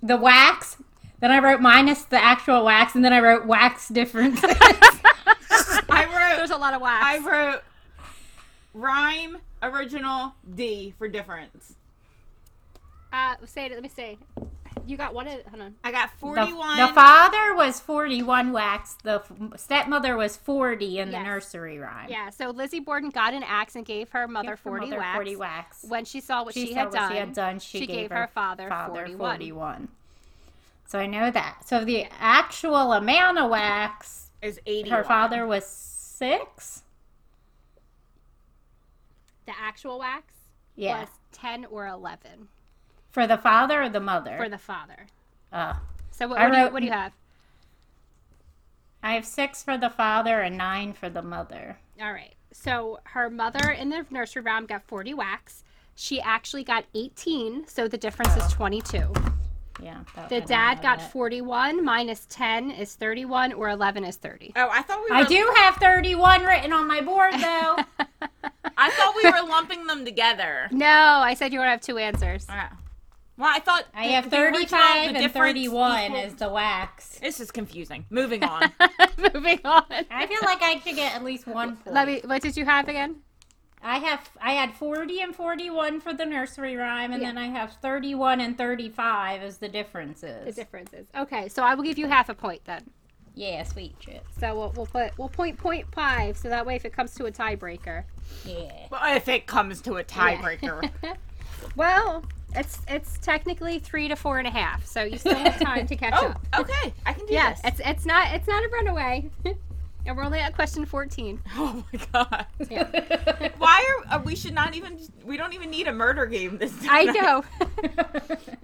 A: the wax. Then I wrote minus the actual wax, and then I wrote wax
B: *laughs*
A: difference. *laughs*
C: I wrote
B: There's a lot of wax.
C: I wrote rhyme original D for difference.
B: Uh, say it. Let me see. You got one. Of, hold on.
C: I got
A: the,
C: 41.
A: the father was forty-one wax. The f- stepmother was forty in
B: Yes.
A: the nursery rhyme.
B: Yeah. So Lizzie Borden got an axe and gave her mother
A: Give her
B: 40
A: mother
B: whacks.
A: 40 wax.
B: When she saw what she,
A: saw
B: had,
A: what
B: done,
A: she had done. She,
B: gave, her father, 41.
A: 41. So I know that. So the actual amount of wax
C: is 80.
A: Her father was six.
B: The actual wax
A: Yeah,
B: was 10 or 11
A: for the father or the mother.
B: for the father.
A: Oh.
B: So what,
A: I
B: what, do, you,
A: wrote-
B: what do you have?
A: I have six for the father and nine for the mother.
B: All right. So her mother in the nursery rhyme got 40 whacks. She actually got 18, so the difference is 22.
A: Yeah. that- I
B: The
A: don't
B: dad
A: know
B: got
A: that.
B: 41 minus 10 is 31 or 11 is 30.
C: Oh, I thought we were.
A: I do have 31 written on my board
B: *laughs*
A: though.
C: I thought we were lumping them together.
B: No, I said you would have two answers. *laughs*
C: Wow. Well, I thought
A: I
C: the-
A: have
C: the original-
A: 35
C: the
A: and
C: difference
A: 31
C: equals-
A: is the wax.
C: This is confusing.
A: *laughs*
C: Moving on.
B: Moving on.
A: I
B: *laughs*
A: feel like I should get at least one point.
B: Let me. What did you have again?
A: I have I had 40 and 41 for the nursery rhyme and
B: Yeah.
A: then I have 31 and 35 as the differences.
B: The differences. Okay, so I will give you half a point then.
A: yeah, sweet chips.
B: So we'll, we'll put we'll point point five. So that way, if it comes to a tiebreaker,
A: Yeah.
C: well, if it comes to
A: *laughs*
C: a tiebreaker.
B: well, it's it's technically three to four and a half. So you *laughs* still have time to catch
C: Oh,
B: up.
C: okay. I can do
B: Yes,
C: this.
B: it's it's not it's not a runaway. *laughs* and we're only at question fourteen.
C: Oh my
A: *laughs*
C: god.
A: Yeah.
C: Why are uh, we should not even we don't even need a murder game this time.
B: I know.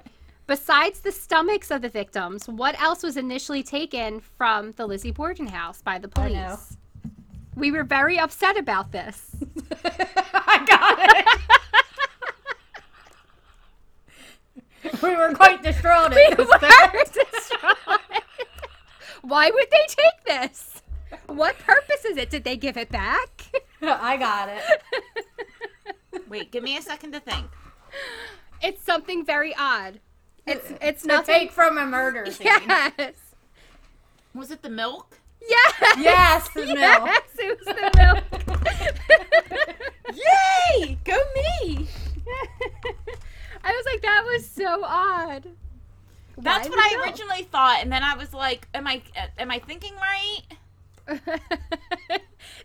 B: *laughs* Besides the stomachs of the victims, what else was initially taken from the Lizzie Borden house by the
A: I
B: police?
A: know.
B: We were very upset
A: *laughs*
B: about this.
A: I got it. we were quite
B: *laughs*
A: distraught. at this fact. *laughs*
B: Why would they take this? What purpose is it? Did they give it back? *laughs*
A: I got it.
C: *laughs* Wait, give me a second to think.
B: It's something very odd. It's it's
A: To
B: nothing.
A: take from a murder
B: *laughs*
A: scene.
B: Yes.
C: Was it the milk?
B: Yes.
A: Yes, and no.
B: Yes, it was the milk.
C: Yay! Go
B: *laughs*
C: me!
B: I was like, that was so odd. *laughs*
C: That's
B: Why
C: what I
B: would you?
C: originally thought, and then I was like, "Am I am I thinking right?"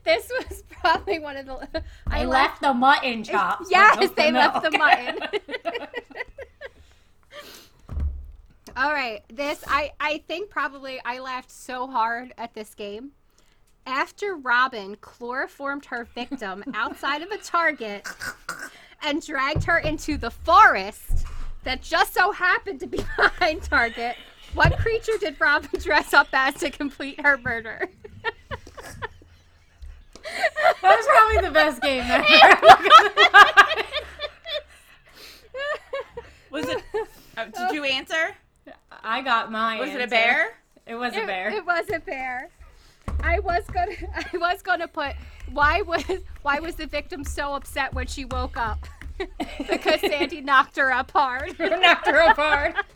B: this was probably one of the.
A: I left the mutton chops.
B: Yes,
A: with
B: they left
A: *laughs*
B: the
A: milk.
B: mutton. All right, this I I think probably I laughed so hard at this game. After Robin chloroformed her victim outside of a Target and dragged her into the forest that just so happened to be *laughs* behind Target, what creature did Robin dress up as to complete her murder? *laughs*
A: that was probably the best game
B: *laughs*
A: ever.
C: Was *laughs* it? Oh, did you answer?
A: I got mine.
C: Was it a bear?
A: It was a
B: it,
A: bear.
B: it was a bear. I was gonna *laughs* I was gonna put why was why was the victim so upset when she woke up? *laughs*
A: *laughs*
B: because Sandy knocked her up hard.
A: knocked her apart.
C: *laughs*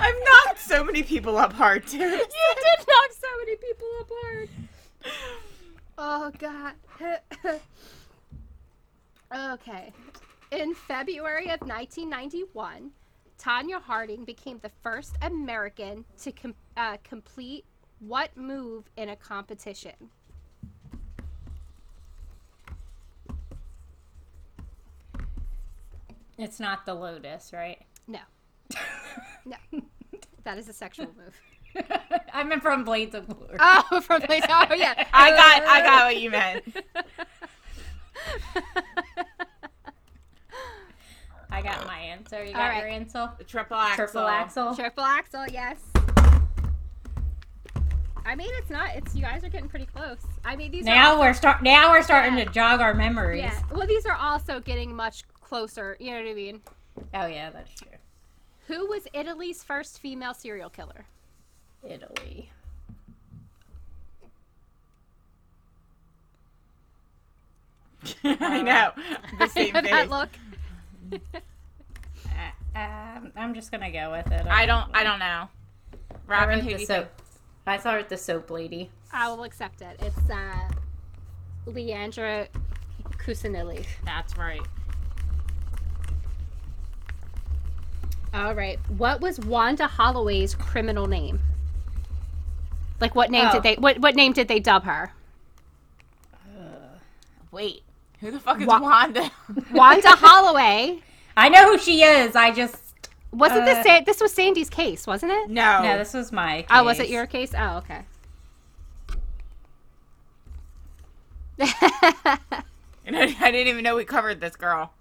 C: I've knocked so many people up hard too.
B: *laughs* you did knock so many people up hard. Oh god. *laughs* okay. In February of 1991, Tanya Harding became the first American to com- uh, complete what move in a competition?
A: It's not the lotus, right? *laughs*
B: No. *laughs* No. That is a sexual move.
A: I meant from Blades of Glory.
B: *laughs* Oh, from place. Oh, *laughs* yeah.
C: I got I got what you meant.
A: I got my answer. You got
B: All right.
A: your answer?
C: *laughs* The triple axel.
A: Triple axle.
B: *laughs* Triple axel, yes. I mean, it's not. It's you guys are getting pretty close. I mean, these are
A: Now we're start. Now we're starting
B: Yeah.
A: to jog our memories.
B: yeah. Well, these are also getting much closer. You know what I mean?
A: Oh yeah, that's true.
B: Who was Italy's first female serial killer?
A: Italy.
C: *laughs* I know.
B: *laughs*
C: *laughs*
A: *laughs*
C: The same
B: that
C: thing.
B: look.
A: Uh, um, I'm just gonna go with it.
C: I don't I don't know.
A: I
C: Robin,
A: wrote
C: who do
A: the
C: you
A: soap.
C: think?
A: I saw it the soap lady.
B: I will accept it. It's uh, Leandra Cusinelli.
C: That's right.
B: All right. What was Wanda Holloway's criminal name? Like what name
A: Oh.
B: did they what what name did they dub her?
C: Wait. Who the fuck is
B: Wa-
C: *laughs* Wanda?
A: *laughs*
B: Wanda Holloway.
A: I know who she is. I just
B: Wasn't
A: Uh,
B: this Sa- this was Sandy's case, wasn't it?
C: No.
A: no.
C: *laughs*
A: This was my. Case.
B: Oh, was it your case? Oh, okay. *laughs*
C: I didn't even know we covered this girl.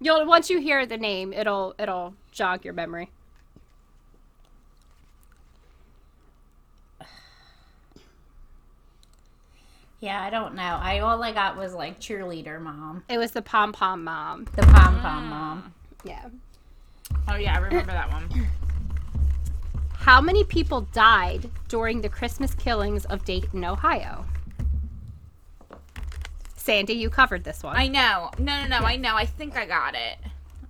B: You'll once you hear the name, it'll it'll jog your memory.
A: Yeah, I don't know. I all I got was like cheerleader mom,
B: It was the pom pom mom.
A: the pom pom mom.
B: Yeah.
C: Oh yeah, I remember that *laughs* one.
B: How many people died during the Christmas killings of Dayton, Ohio? Sandy, you covered this one.
C: I know. No, no, no. I know. I think I got it.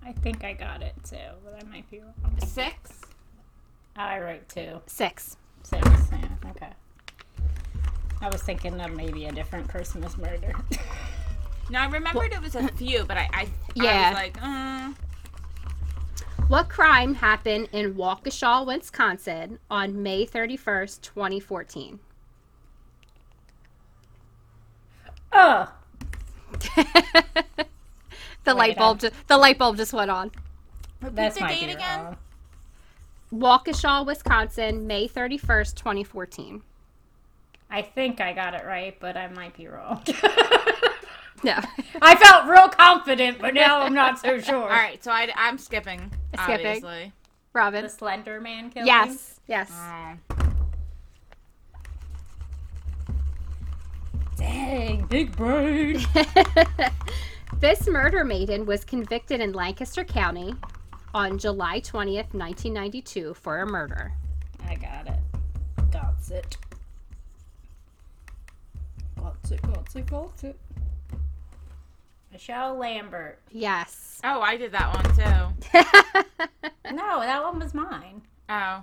A: I think I got it too, but I might be wrong.
C: Six.
A: Oh, I wrote two,
B: Six.
A: six. Yeah, okay. I was thinking of maybe a different Christmas murder. *laughs*
C: No, I remembered it was a few, but I, I, I
B: Yeah.
C: was like, uh,
B: What crime happened in Waukesha, Wisconsin on May 31st, 2014?
A: oh,
B: *laughs* the light
A: Wait,
B: bulb ju- the light bulb just went on.
C: repeat
A: that's
C: the
A: my
C: date again.
A: Wrong.
B: Waukesha, Wisconsin, May 31st, 2014.
A: I think I got it right, but I might be wrong. *laughs*
B: No. *laughs*
A: I felt real confident, but now I'm not *laughs* so sure.
C: All right, so I, I'm skipping.
B: Skipping.
C: Obviously.
B: Robin.
A: The Slender Man killing?
B: Yes. Yes.
C: Oh.
A: Dang, big brain.
B: *laughs* this murder maiden was convicted in Lancaster County on July 20th, 1992 for a murder.
A: I got it. Got it. Got it, got it, got it. Michelle Lambert.
B: Yes.
C: Oh, I did that one too.
A: No, that one was *laughs* mine.
C: Oh.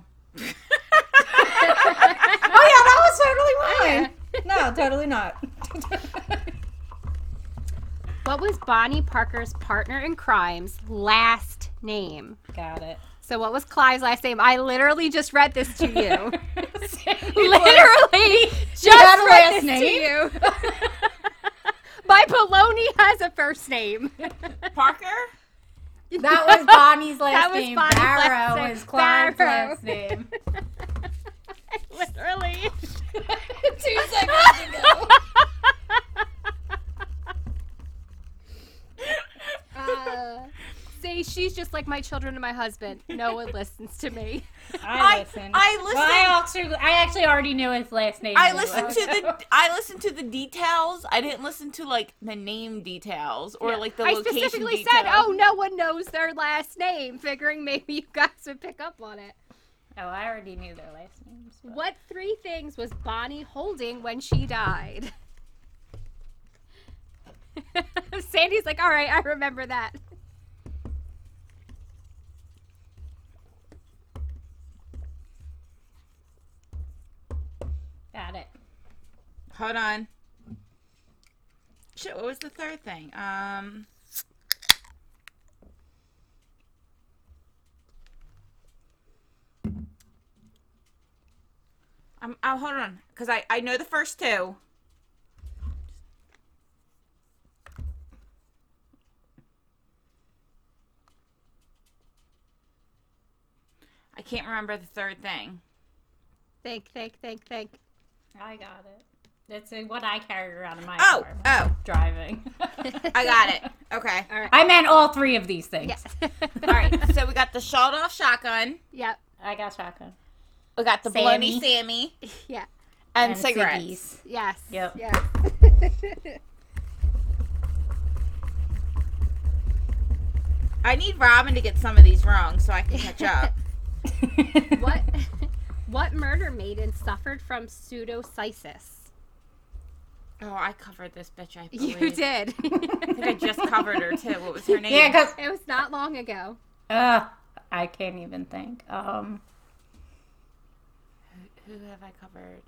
A: Oh, yeah, *laughs* Oh, that was totally mine. No, totally not.
B: *laughs* what was Bonnie Parker's partner in crime's last name?
A: *laughs* got it.
B: So what was Clive's last name? I literally just read this
A: *laughs*
B: to *laughs* you.
A: Literally.
B: *laughs* literally just
A: got a
B: read
A: last
B: this
A: name?
B: to you. *laughs* My baloney has a first name.
C: Parker?
A: That was Bonnie's last
B: was
A: name.
B: Bonnie's last
A: Barrow
B: name.
A: was Clive's
B: Barrow.
A: last name.
C: *laughs*
B: *laughs* literally.
A: Two seconds ago.
C: *laughs*
B: Uh, say she's just like my children and my husband. No one listens to me.
A: I
C: I-
A: listened.
C: I
A: Well, I actually, I actually already knew his last name.
C: I
A: anyway,
C: listened to
A: *laughs*
C: the
A: so-
C: I listened to the details. I didn't listen to like the name details *laughs* or like the
B: I
C: location
B: specifically
C: details.
B: said, "Oh, no one knows their last name," figuring maybe you guys would pick up on it.
A: Oh, I already knew their last names. but-
B: What three things was Bonnie holding when she died? *laughs* Sandy's like, "All right, I remember that."
A: Got it.
C: Hold on. Shit, what was the third thing? Um I'm, oh, hold on, because I, I know the first two. I can't remember the third thing.
B: Think, think, think, think.
A: I got it. That's uh, what I carried around in my
C: Oh,
A: car when
C: oh,
A: driving. *laughs*
C: I got *laughs* it. Okay.
B: All right.
A: I meant all three of these things.
B: Yes. *laughs*
C: All *laughs* right, so we got the shawled off shotgun.
B: yep.
A: I got shotgun
C: We got the
A: Sammy.
C: Baloney Sammy
B: *laughs* Yeah.
C: and, cigarettes.
A: ciggies.
B: Yes.
A: Yep.
B: Yes. *laughs*
C: I need Robin to get some of these wrong so I can
B: *laughs*
C: catch up.
A: *laughs*
C: *laughs*
B: what? What murder maiden suffered from pseudocyesis?
C: oh, I covered this bitch. I believe.
B: You did.
C: I think I just covered her too. What was her
A: *laughs*
C: name?
A: Yeah, because
B: *laughs* It was not long ago.
A: uh, I can't even think. Um,
C: Who have I covered?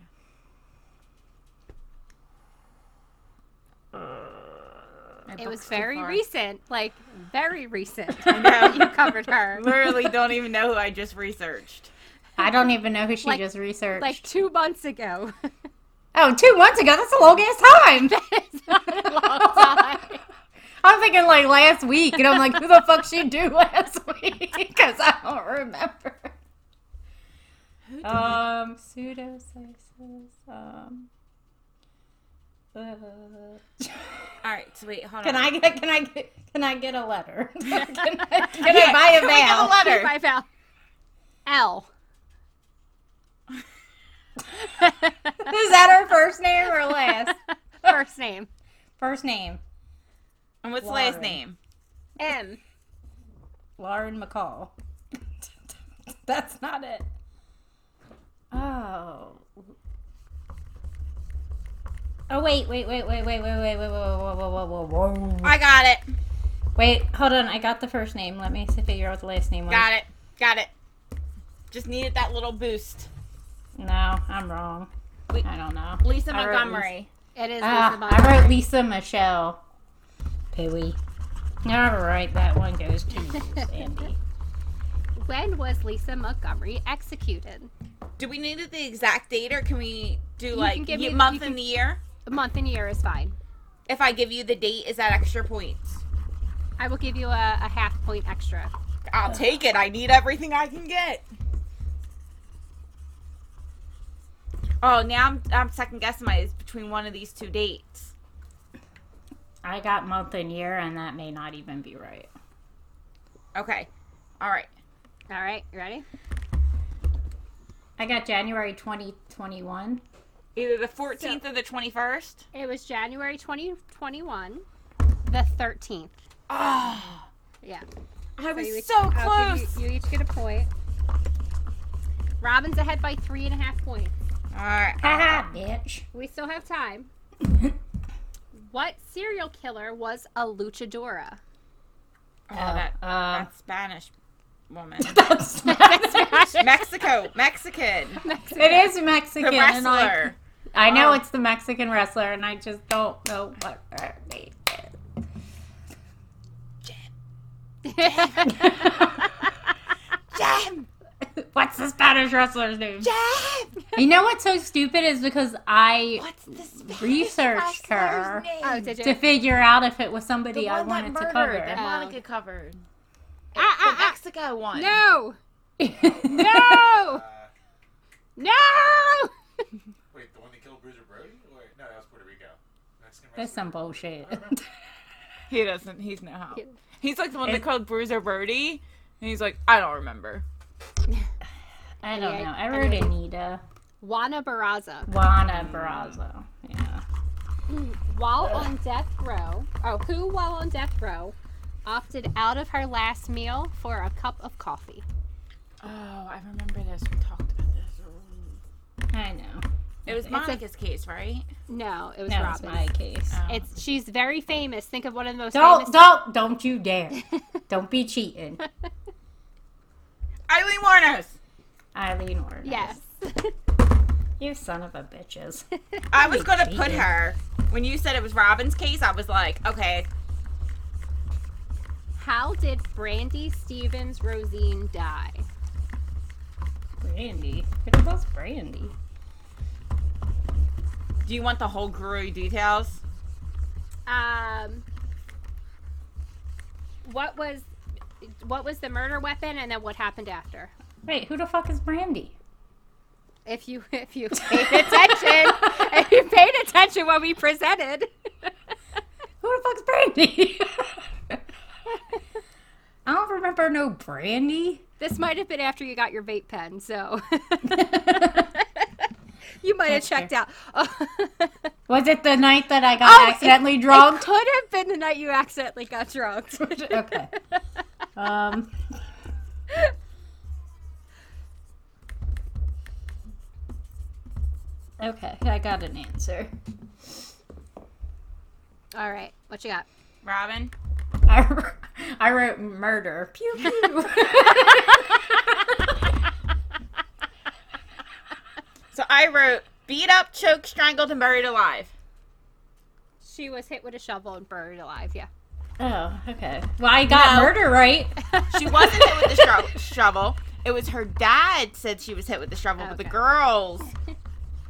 C: Uh, My
B: It was
C: book's too
B: very
C: far.
B: recent, like very recent.
C: I know.
B: you covered her
C: Literally, don't even know who I just researched.
A: *laughs* I don't even know who she
B: Like-
A: just researched.
B: like two months ago. *laughs*
A: oh, two months ago. That's a long ass time. *laughs*
B: It's been a long time.
A: I'm thinking like last week, and I'm like, who the fuck she do last week? *laughs* Because I don't remember. Um, pseudosciences. Um. uh, *laughs*
C: All right, so wait, hold
A: can
C: on.
A: I get? Can I get? Can I get a letter? *laughs* can I, can
C: Yeah,
A: I buy a
C: can we get a
A: veil?
C: letter?
B: I found L.
A: Is that her first name or last?
B: *laughs* First name
A: First name
C: And what's the
A: Lauren.
C: last name?
B: M.
A: Lauren McCall. *laughs* That's not it. Oh. Oh wait, wait, wait, wait, wait, wait, wait, wait, wait, wait, wait, wait, wait, wait, wait.
C: I got it.
A: Wait, hold on. I got the first name. Let me see- figure out what the last name was.
C: Got it. Got it. Just needed that little boost.
A: No, I'm wrong.
C: We-
A: I don't know.
C: Lisa
A: I wrote
C: Montgomery.
B: It is
A: Ah,
B: Lisa
A: I wrote
B: Montgomery.
A: Lisa Michelle. Pooey. All right, that one goes to you,
C: *laughs*
A: Sandy.
B: When was Lisa Montgomery executed?
C: Do we need the exact date or can we do
B: can
C: like
B: give
C: ye-
B: me- you
C: month
B: can-
C: and the year?
B: A month and year is fine.
C: If I give you the date, is that extra points?
B: I will give you a, a half point extra.
C: I'll take it. I need everything I can get. Oh, now I'm, I'm second guessing my is between one of these two dates.
A: I got month and year, and that may not even be right.
C: Okay. All right.
B: All right, you ready?
A: I got January 2021.
C: Either the 14th or the 21st.
B: It was January 2021, the 13th.
C: Oh,
B: Yeah.
C: I was
B: you each-
C: so
B: I'll
C: close.
B: give You, you each get a point. Robin's ahead by three and a half points.
C: All right. *laughs*
A: Haha, Ah, bitch.
B: We still have time. what serial killer was a luchadora?
C: Oh,
A: Oh,
C: that,
A: uh,
C: that Spanish woman.
A: *laughs*
C: *laughs*
A: That's Mexican.
C: Mexico, Mexican.
A: *laughs* It is Mexican.
C: The
A: and I,
C: wrestler.
A: I know
C: Oh.
A: it's the Mexican wrestler, and I just don't know what her name *laughs* is.
C: Jam,
A: What's the Spanish wrestler's name?
C: jam.
A: *laughs* You know what's so stupid is because I
C: What's the Spanish
A: Researched her.
C: wrestler's name?
B: *laughs* oh, did
A: to
B: you?
A: figure out if it was somebody
C: The
A: I
C: one
A: wanted
C: that
A: to
C: murdered,
A: cover.
C: that
B: Oh.
C: Monica covered.
B: Ah,
C: the
B: ah, ah.
C: Mexico one.
B: No!
A: *laughs* no.
B: No! No!
D: Wait, the one that killed Bruiser Brody? Or no, that was Puerto Rico. Mexican
A: That's
D: wrestler.
A: some
C: *laughs*
A: bullshit.
C: He doesn't. He's no help. He's like the one
A: It-
C: that called Bruiser Birdie, and he's like, I don't remember.
A: I don't
B: Yeah,
A: know. I
B: I
A: wrote
B: mean-
A: Anita
B: Juana Barraza.
C: um,
A: Juana Barrazo. Yeah.
B: While on death row, oh, who while on death row opted out of her last meal for a cup of coffee?
C: Oh, I remember this. We talked about this.
A: I know.
C: It was
B: It's a-
C: Monica's case, right?
B: No, it was
A: No, it's
B: Robin's.
A: my case.
C: Oh.
B: It's she's very famous. Think of one of the most
A: Don't
B: famous.
A: don't don't you dare. don't be cheating.
C: Eileen Warnos.
A: Eileen Warner.
B: *laughs* Yes. *laughs*
A: You son of a bitches.
C: I was gonna put
A: cheating.
C: her. When you said it was Robin's case, I was like, okay,
B: How did Brandy Stevens Rosine die?
A: Brandy. Who the hell's Brandy?
C: do you want the whole gory details?
B: Um, what was what was the murder weapon, and then what happened after?
A: Wait, who the fuck is Brandy?
B: If you *laughs* if you paid attention, if you paid attention when we presented.
A: Who the fuck's Brandy? *laughs* I don't remember no Brandy.
B: This might have been after you got your vape pen, so *laughs* you might
A: That's
B: have checked out.
A: Was it the night that I
B: Oh,
A: got
B: it- *laughs*
A: accidentally
B: it
A: drunk?
B: could have been the night you accidentally got drunk. *laughs*
A: okay. Um, okay, I got an answer. *laughs*
B: All right,
A: *laughs*
B: what you got?
C: Robin.
A: I, wr- I wrote murder. Pew pew.
C: So I wrote beat up, choked, strangled, and buried alive.
B: She was hit with a shovel and buried alive. Yeah.
A: oh, okay. Well, I got
C: No.
A: murder right.
C: She wasn't hit with the sho- *laughs* shovel. It was her dad said she was hit with the shovel, but the
B: Okay.
C: girls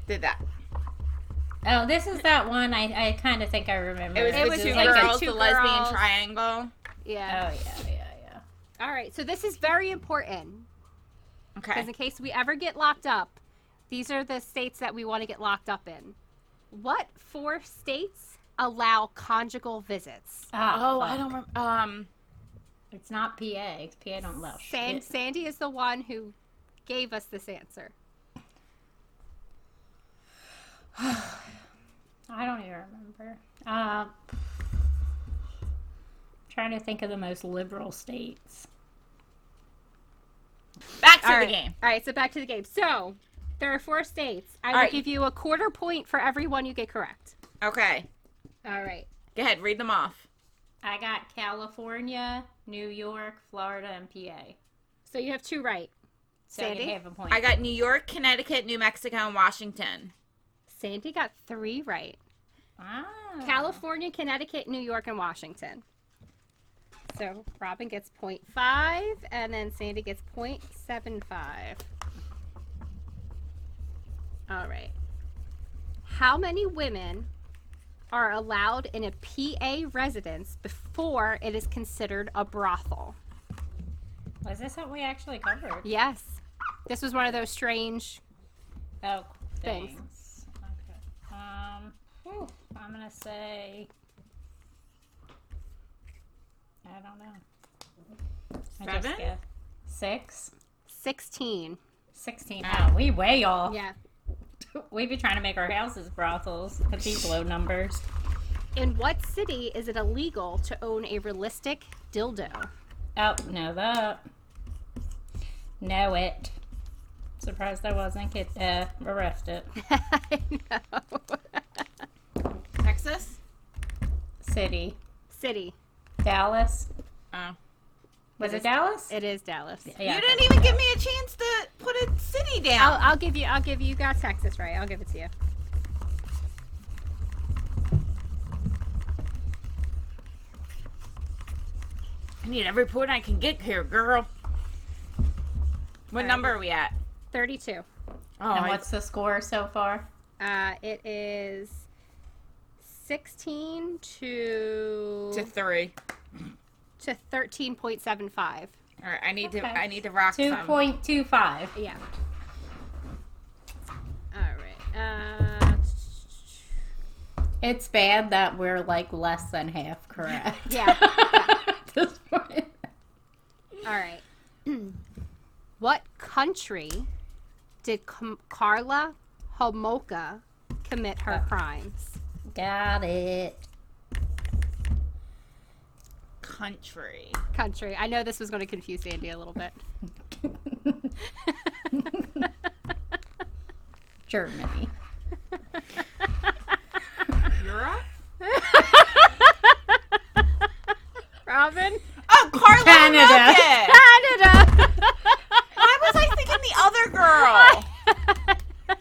C: did that.
A: Oh, this is that one I, I kind of think I remember.
C: It was
B: It
C: the
B: was
C: two
B: like a
C: girls,
B: two
C: the lesbian
B: girls.
C: triangle.
A: Oh, yeah,
B: Yeah.
A: yeah, yeah.
B: All right. So this is very important because
C: Okay.
B: in case we ever get locked up, these are the states that we want to get locked up in. What four states allow conjugal visits?
A: Ah,
C: Oh, I
A: fuck.
C: don't remember. Um,
A: It's not PA. 'cause PA don't
C: Oh,
A: love
B: San-
A: shit.
B: Sandy is the one who gave us this answer.
A: I don't even remember. Uh, trying to think of the most liberal states.
C: Back to
B: All
C: the
B: right.
C: game.
B: All right, so back to the game. So there are four states. I
C: All
B: will
C: right.
B: give you a quarter point for every one you get correct.
C: Okay.
B: All right.
C: Go ahead, read them off.
A: I got California, New York, Florida, and PA.
B: So you have two right.
A: So I
B: Sandy?
A: get half a point.
C: I got New York, Connecticut, New Mexico, and Washington.
B: Sandy got three right.
A: Ah.
B: California, Connecticut, New York, and Washington. So Robin gets 0.5, and then Sandy gets 0.75. All right. How many women are allowed in a PA residence before it is considered a brothel?
A: Was this what we actually covered?
B: Yes. This was one of those strange.
A: Oh,
B: Thanks.
A: thanks. Okay. Um, whew, I'm gonna say. I don't know. I just
C: Seven?
A: guessed. Six?
B: 16.
A: Sixteen.
C: Ah.
A: Oh, we way off.
B: Yeah.
A: We be trying to make our houses brothels with these low numbers.
B: In what city is it illegal to own a realistic dildo?
A: Oh, know that. Know it. Surprised I wasn't get uh, arrested.
B: I know.
C: Texas?
A: City.
B: *laughs* City.
A: Dallas.
C: Oh.
A: Was it,
B: It is-
A: Dallas?
B: It is Dallas.
A: Yeah,
C: you didn't even give me a chance to put a city
B: I'll,
C: down.
B: I'll give you. I'll give you. You got Texas right. I'll give it to you.
C: Oh, I need every point I can get here, girl. What
B: Alright.
C: number are we at?
B: Thirty-two.
C: Oh,
A: And
C: I-
A: what's the score so far?
B: Uh, it is sixteen to
C: to three.
B: to thirteen point seven five.
C: All right, I need to
A: Okay.
C: I need to rock
A: Two
C: some.
A: point two five.
B: Yeah. All right. Uh,
A: It's bad that we're like less than half *laughs* correct.
B: Yeah.
A: At this point.
B: all right. *clears throat* what country did Com- Carla Homolka commit her crimes?
A: Got it.
C: Country.
B: country. I know this was going to confuse Sandy a little *laughs* bit.
A: *laughs* Germany.
B: *laughs*
C: Europe?
B: Robin?
C: Oh, Carla
A: Canada. *laughs*
C: Canada.
B: Canada!
C: Why was I thinking the other girl?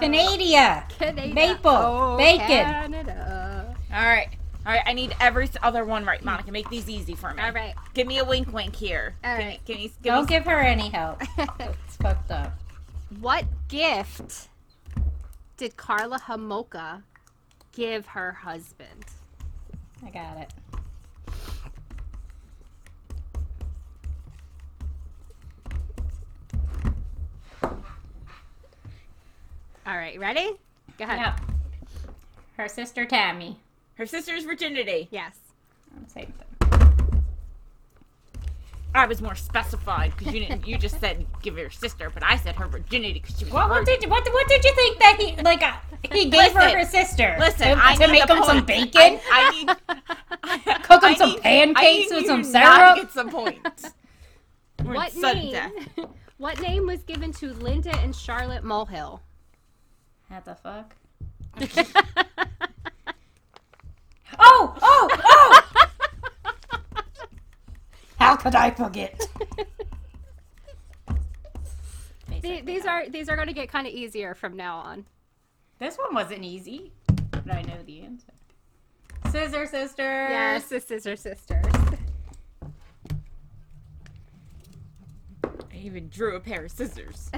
A: Canada.
B: Uh, Canada. Oh,
A: Maple. Bacon.
B: Canada.
C: All right. All right, I need every other one right, Monica. Make these easy for me.
B: All right. *laughs*
C: Give me a wink wink here.
B: All
C: Give
B: right.
C: me- Give me, give me
A: Don't give her any help. *laughs* It's fucked up.
B: What gift did Carla Homolka give her husband?
A: I got it.
B: All right, ready? Go ahead.
A: Yep. Her sister Tammy.
C: her sister's virginity.
B: Yes.
A: I'm saying that.
C: I was more specified because you didn't. You just said give your sister, but I said her virginity because she was.
A: What, what
C: virgin.
A: did you, what, what did you think that he like uh, he gave
C: Listen.
A: her her sister? to,
C: Listen, I
A: to
C: need
A: make
C: the
A: him some
C: point.
A: bacon.
C: I, I need
A: Cook him
C: I
A: some
C: need-
A: pancakes
C: I
A: with
C: need
A: some
C: you not
A: syrup.
C: to Get some points. We're in
B: What
C: sudden
B: name?
C: death.
B: *laughs* What name was given to Linda and Charlotte Mulhill?
A: How the fuck? Oh, oh, oh! How could I
B: *laughs*
A: forget?
B: The- These are these are going to get kind of easier from now on.
A: This one wasn't easy, but I know the answer. Scissor sisters.
B: Yes, this is her sister.
C: I even drew a pair of scissors.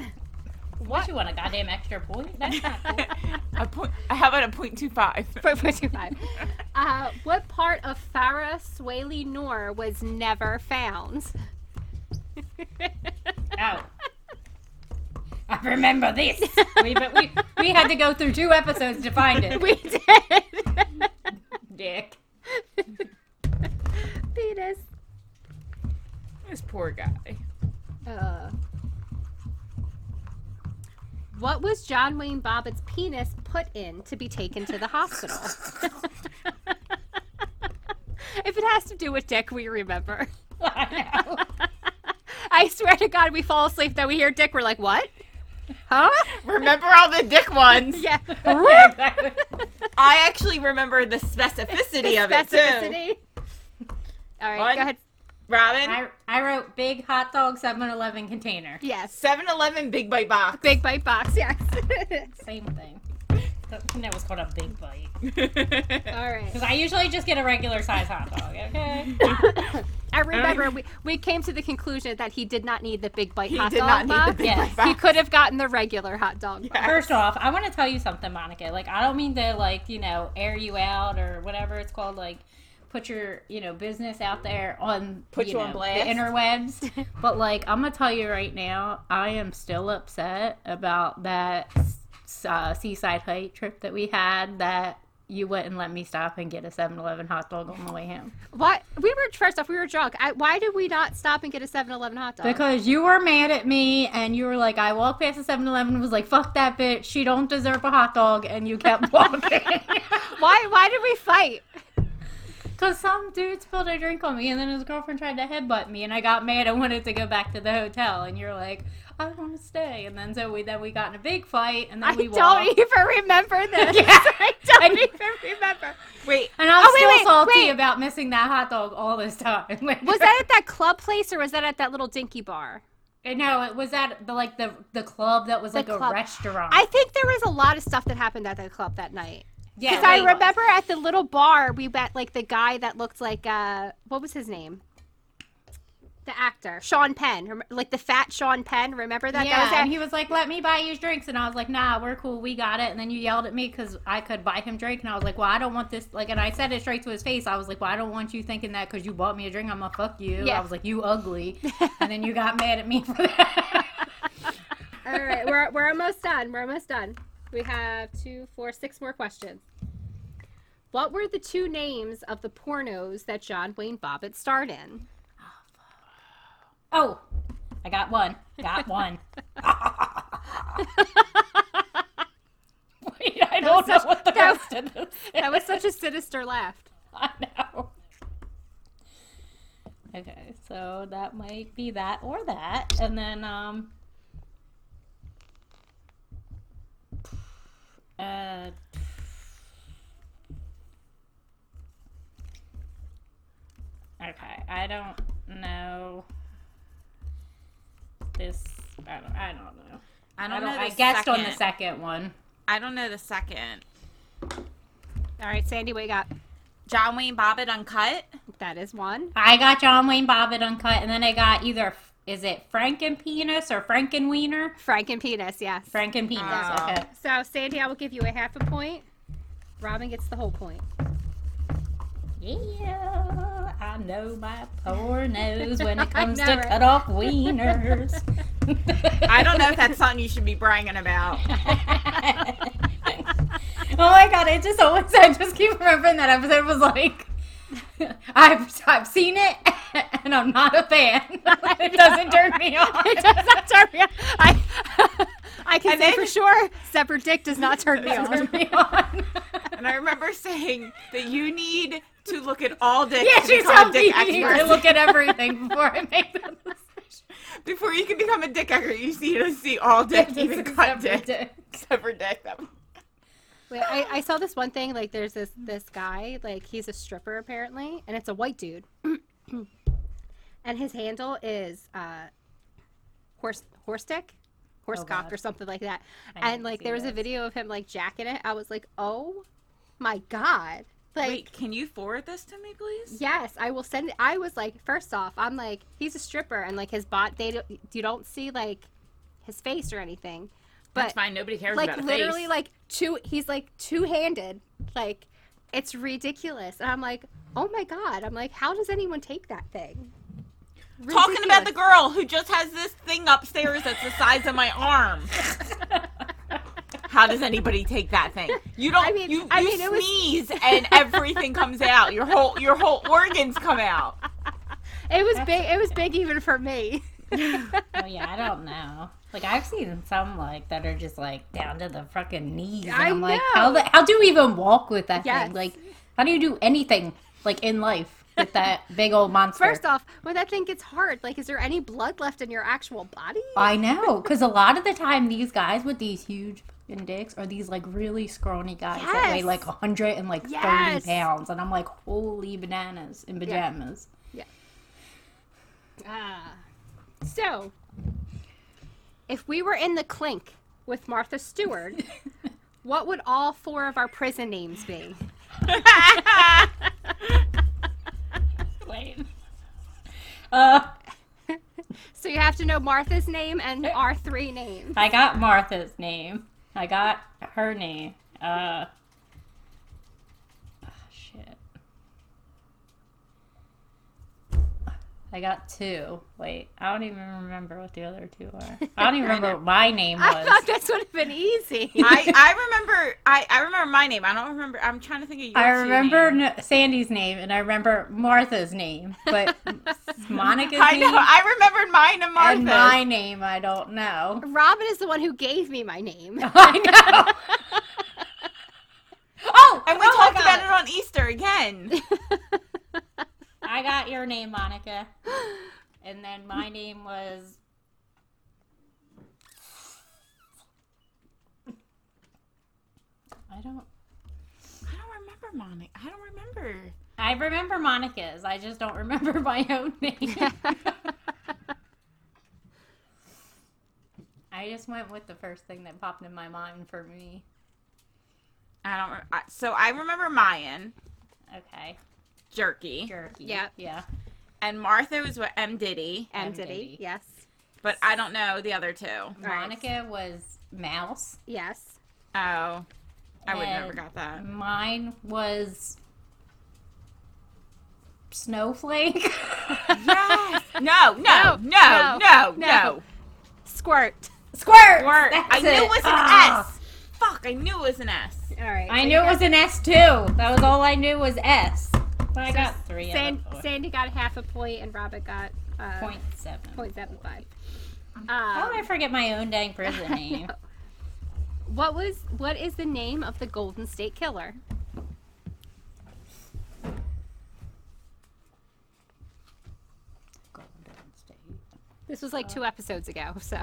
A: What? You want a goddamn extra point? That's *laughs* not cool.
C: a point. How about a point two five?
B: Point point two five. Uh, what part of Farah Swaley Noor was never found? *laughs*
A: Oh. I remember this. We, but we, we had to go through two episodes to find it.
B: *laughs* we did. *laughs*
A: Dick. *laughs*
B: Penis.
C: This poor guy.
B: Uh, What was John Wayne Bobbitt's penis put in to be taken to the hospital? if it has to do with dick, we remember. *laughs* I swear to God, we fall asleep that we hear dick. We're like, what? Huh?
C: Remember all the
B: *laughs*
C: dick ones.
B: Yeah.
C: I actually remember the specificity of it too.
B: Specificity. All right,
C: One.
B: go ahead.
C: Robin,
A: *laughs* I, I wrote big hot dog 7-Eleven container.
B: Yes.
C: 7-Eleven Big Bite Box.
B: Big bite box, yes. *laughs*
A: Same thing. That that was called a big bite.
C: *laughs*
B: All right.
A: Because I usually just get a regular size hot dog, okay?
C: *coughs*
B: I remember we, we came to the conclusion that he did not need the big bite
C: He
B: hot
C: did
B: dog
C: not
B: box.
C: need the Big
A: Yes.
C: Bite
B: He
C: Box.
B: could have gotten the regular hot dog box.
C: *laughs*
A: First off, I want to tell you something, Monica. Like, I don't mean to, like, you know, air you out or whatever it's called. Like, put your, you know, business out there on,
C: Put you on
A: know, the
C: blast.
A: interwebs.
C: *laughs*
A: but, like, I'm going to tell you right now, I am still upset about that uh, Seaside Height trip that we had that you wouldn't let me stop and get a 7 Eleven hot dog on the way
C: *laughs*
A: home.
B: Why? We were first off. We were drunk. I, why did we not stop and get a 7-Eleven hot dog?
A: Because you were mad at me and you were like, I walked past the 7 Eleven and was like, fuck that bitch. She don't deserve a hot dog. And you
C: *laughs*
A: kept walking. *laughs*
B: why? Why did we fight?
A: Because some dude spilled a drink on me and then his girlfriend tried to headbutt me. And I got mad and *laughs* wanted to go back to the hotel. And you're like, I want to stay. And then so we then we got in a big fight and then
B: I
A: we
B: don't
A: walked.
B: even
A: *laughs*
B: remember this.
A: Yeah.
B: I don't
A: I-
B: even remember.
C: Wait,
A: *laughs*
B: *laughs*
A: And I'm
B: Oh, wait,
A: still
B: wait,
A: salty
B: wait.
A: about missing that hot dog all this time. *laughs*
B: Was that at that club place or was that at that little dinky bar?
A: No, it was at the like the the club that was
B: The
A: like
B: club.
A: a restaurant.
B: I think there was a lot of stuff that happened at the club that night.
A: yeah,
B: Because I
A: wait.
B: remember at the little bar, we met like the guy that looked like uh, what was his name? The actor Sean Penn, Rem- like the fat Sean Penn. Remember that?
A: yeah,
B: that was at-
A: and he was like, "Let me buy you drinks," and I was like, "Nah, we're cool, we got it." And then you yelled at me because I could buy him drink, and I was like, "Well, I don't want this." Like, and I said it straight to his face. I was like, "Well, I don't want you thinking that because you bought me a drink. I'm gonna fuck you."
B: Yeah.
A: I was like, "You
B: *laughs*
A: ugly," and then you got mad at me for that. *laughs*
B: All right, we're, we're almost done. We're almost done. We have two, four, six more questions. What were the two names of the pornos that John Wayne Bobbitt starred in?
A: oh, I got one. Got
B: *laughs*
A: one. *laughs* Wait, I don't know
B: such-
A: what the
B: that
A: rest of this. is.
B: That was such a sinister laugh.
A: I *laughs* know. Okay, so that might be that or that, and then um, uh, okay, I don't know this. I don't. I don't know.
C: I
A: I,
C: don't,
A: don't.
C: know.
A: I
C: the
A: guessed on the
C: second.
A: second one.
C: I don't know the second.
B: All right, Sandy, what you got?
C: John Wayne Bobbitt uncut.
B: That is one.
A: I got John Wayne Bobbitt uncut, and then I got either is it Franken penis or Franken wiener?
B: Frank and Penis, yes.
A: Franken penis.
C: Oh.
A: Okay.
B: So, Sandy, I will give you a half a point. Robin gets the whole point.
A: Yeah, I know my
C: *laughs*
A: pornos when it comes
B: know,
A: to
B: right?
A: cut off wieners.
C: I don't know if that's something you should be bragging about.
A: *laughs* oh my god! It just always I just keep remembering that episode was like. *laughs* I've, I've seen it *laughs* and I'm not a fan. *laughs* It doesn't turn
C: *laughs*
A: me on.
B: It does not turn me on.
A: *laughs*
B: I, I can
C: And
B: say
C: then-
B: for sure, separate dick does not turn *laughs* me on.
A: Turn me on.
C: And I remember saying that you need to look at all dicks
A: *laughs* yeah,
C: to
A: she
C: become
A: told
C: a
A: me
C: dick
A: you need to
C: expert.
A: look at everything before I make that *laughs* decision.
C: Before you can become a dick expert, you need to see all
B: *laughs*
C: dick, even cut dick, except for dick. That-
B: Wait, I, I saw this one thing. Like, there's this this guy. Like, he's a stripper apparently, and it's a white dude. *clears throat* and his handle is uh, horse horse dick, horse
A: Oh,
B: cock,
A: God.
B: or something like that.
A: I need
B: and
A: to
B: like,
A: see
B: there was a
A: this.
B: video of him like jacking it. I was like, oh my god! Like,
C: Wait, can you forward this to me, please?
B: Yes, I will send it. I was like, first off, I'm like, he's a stripper, and like his bot, they don't, you don't see like his face or anything,
C: That's
B: but
C: fine. Nobody cares
B: like
C: about a
B: literally
C: face.
B: like two, he's like two handed, like it's ridiculous, and I'm like, oh my god, I'm like, how does anyone take that thing?
C: Talking about the
B: Ridiculous.
C: girl who just has this thing upstairs that's the size of my
B: *laughs*
C: arm. How does anybody take that thing? You don't.
B: I mean-
C: you
B: I
C: you
B: mean, it was-
C: sneeze and everything comes out. Your whole your whole organs come out. *laughs*
B: it was big, it was big even for me. *laughs*
A: Oh yeah, I don't know. Like I've seen some like that are just like down to the fucking knees. And
B: I
A: I'm like,
B: know.
A: how the, how do you even walk with that
B: Yes.
A: thing? Like, how do you do anything like in life with *laughs* that big old monster?
B: First off, when that thing gets hard, like, is there any blood left in your actual body?
C: Uh,
A: I know, because a lot of the time these guys with these huge fucking dicks are these like really scrawny guys that weigh
B: Yes.
A: like 100 and like
B: Yes.
A: 30 pounds, and I'm like, holy bananas in pajamas.
B: Ah. So, if we were in the clink with Martha Stewart,
C: *laughs*
B: what would all four of our prison names be?
A: Wait. *laughs* Uh,
B: So you have to know Martha's name and our three names.
A: I got Martha's name. I got her name. Uh. ah, shit. I got two. Wait, I don't even remember what the other two are. I don't
C: *laughs*
A: even remember what my name
B: I
A: was.
B: thought this would have been easy.
C: I, I remember I, I remember my name. I don't remember. I'm trying to think of your
A: I
C: two
A: remember
C: names.
A: n Sandy's name and I remember Martha's name,
C: *laughs*
A: but Monica's
C: I know.
A: name
C: I remembered mine and Martha's.
A: and my name I don't
C: *laughs*
A: know.
B: *laughs*
A: *laughs*
B: Robin is the one who gave me my *laughs* name.
A: I know. oh,
C: And we
A: oh, I
C: talked
A: got
C: about
A: it.
C: it on Easter again.
A: I got your name, Monica. And then my name was. I don't.
C: I don't remember Monica. I don't remember.
A: I remember Monica's. I just don't remember *laughs* my own name. I just went with the first thing that popped in my mind for me.
C: I don't. re- I, so I remember Mayan,
A: Okay.
C: Jerky,
A: Jerky.
B: Yep.
A: Yeah.
C: and Martha was with M Diddy,
B: M.
A: M.
B: Diddy.
A: Diddy.
B: Yes.
C: but I don't know the other two. Oh,
B: Right.
A: Monica was Mouse.
B: Yes.
C: Oh. I would never
A: And
C: got that.
A: Mine was. Snowflake.
C: Yes. *laughs* No. No.
B: No,
C: No.
B: no,
C: No. No.
B: no.
C: Squirt.
A: *laughs* Squirt!
C: Squirt.
A: That's
C: I knew it was an
A: Ah.
C: S. Fuck. I knew it was an S.
B: All right.
A: I
B: so
A: knew
B: you
A: it was
B: got-
A: an S too. That was all I knew was S. But I
B: so
A: got three
B: San-
A: out of four.
B: Sandy got half a point, and Robin got uh,
A: Point seven.
B: point seven five.
A: How would I
B: Um,
A: forget my own dang
B: *laughs*
C: *laughs*
A: prison name?
B: what was what is the name of the Golden State Killer?
A: Golden State.
B: This was like two episodes ago, so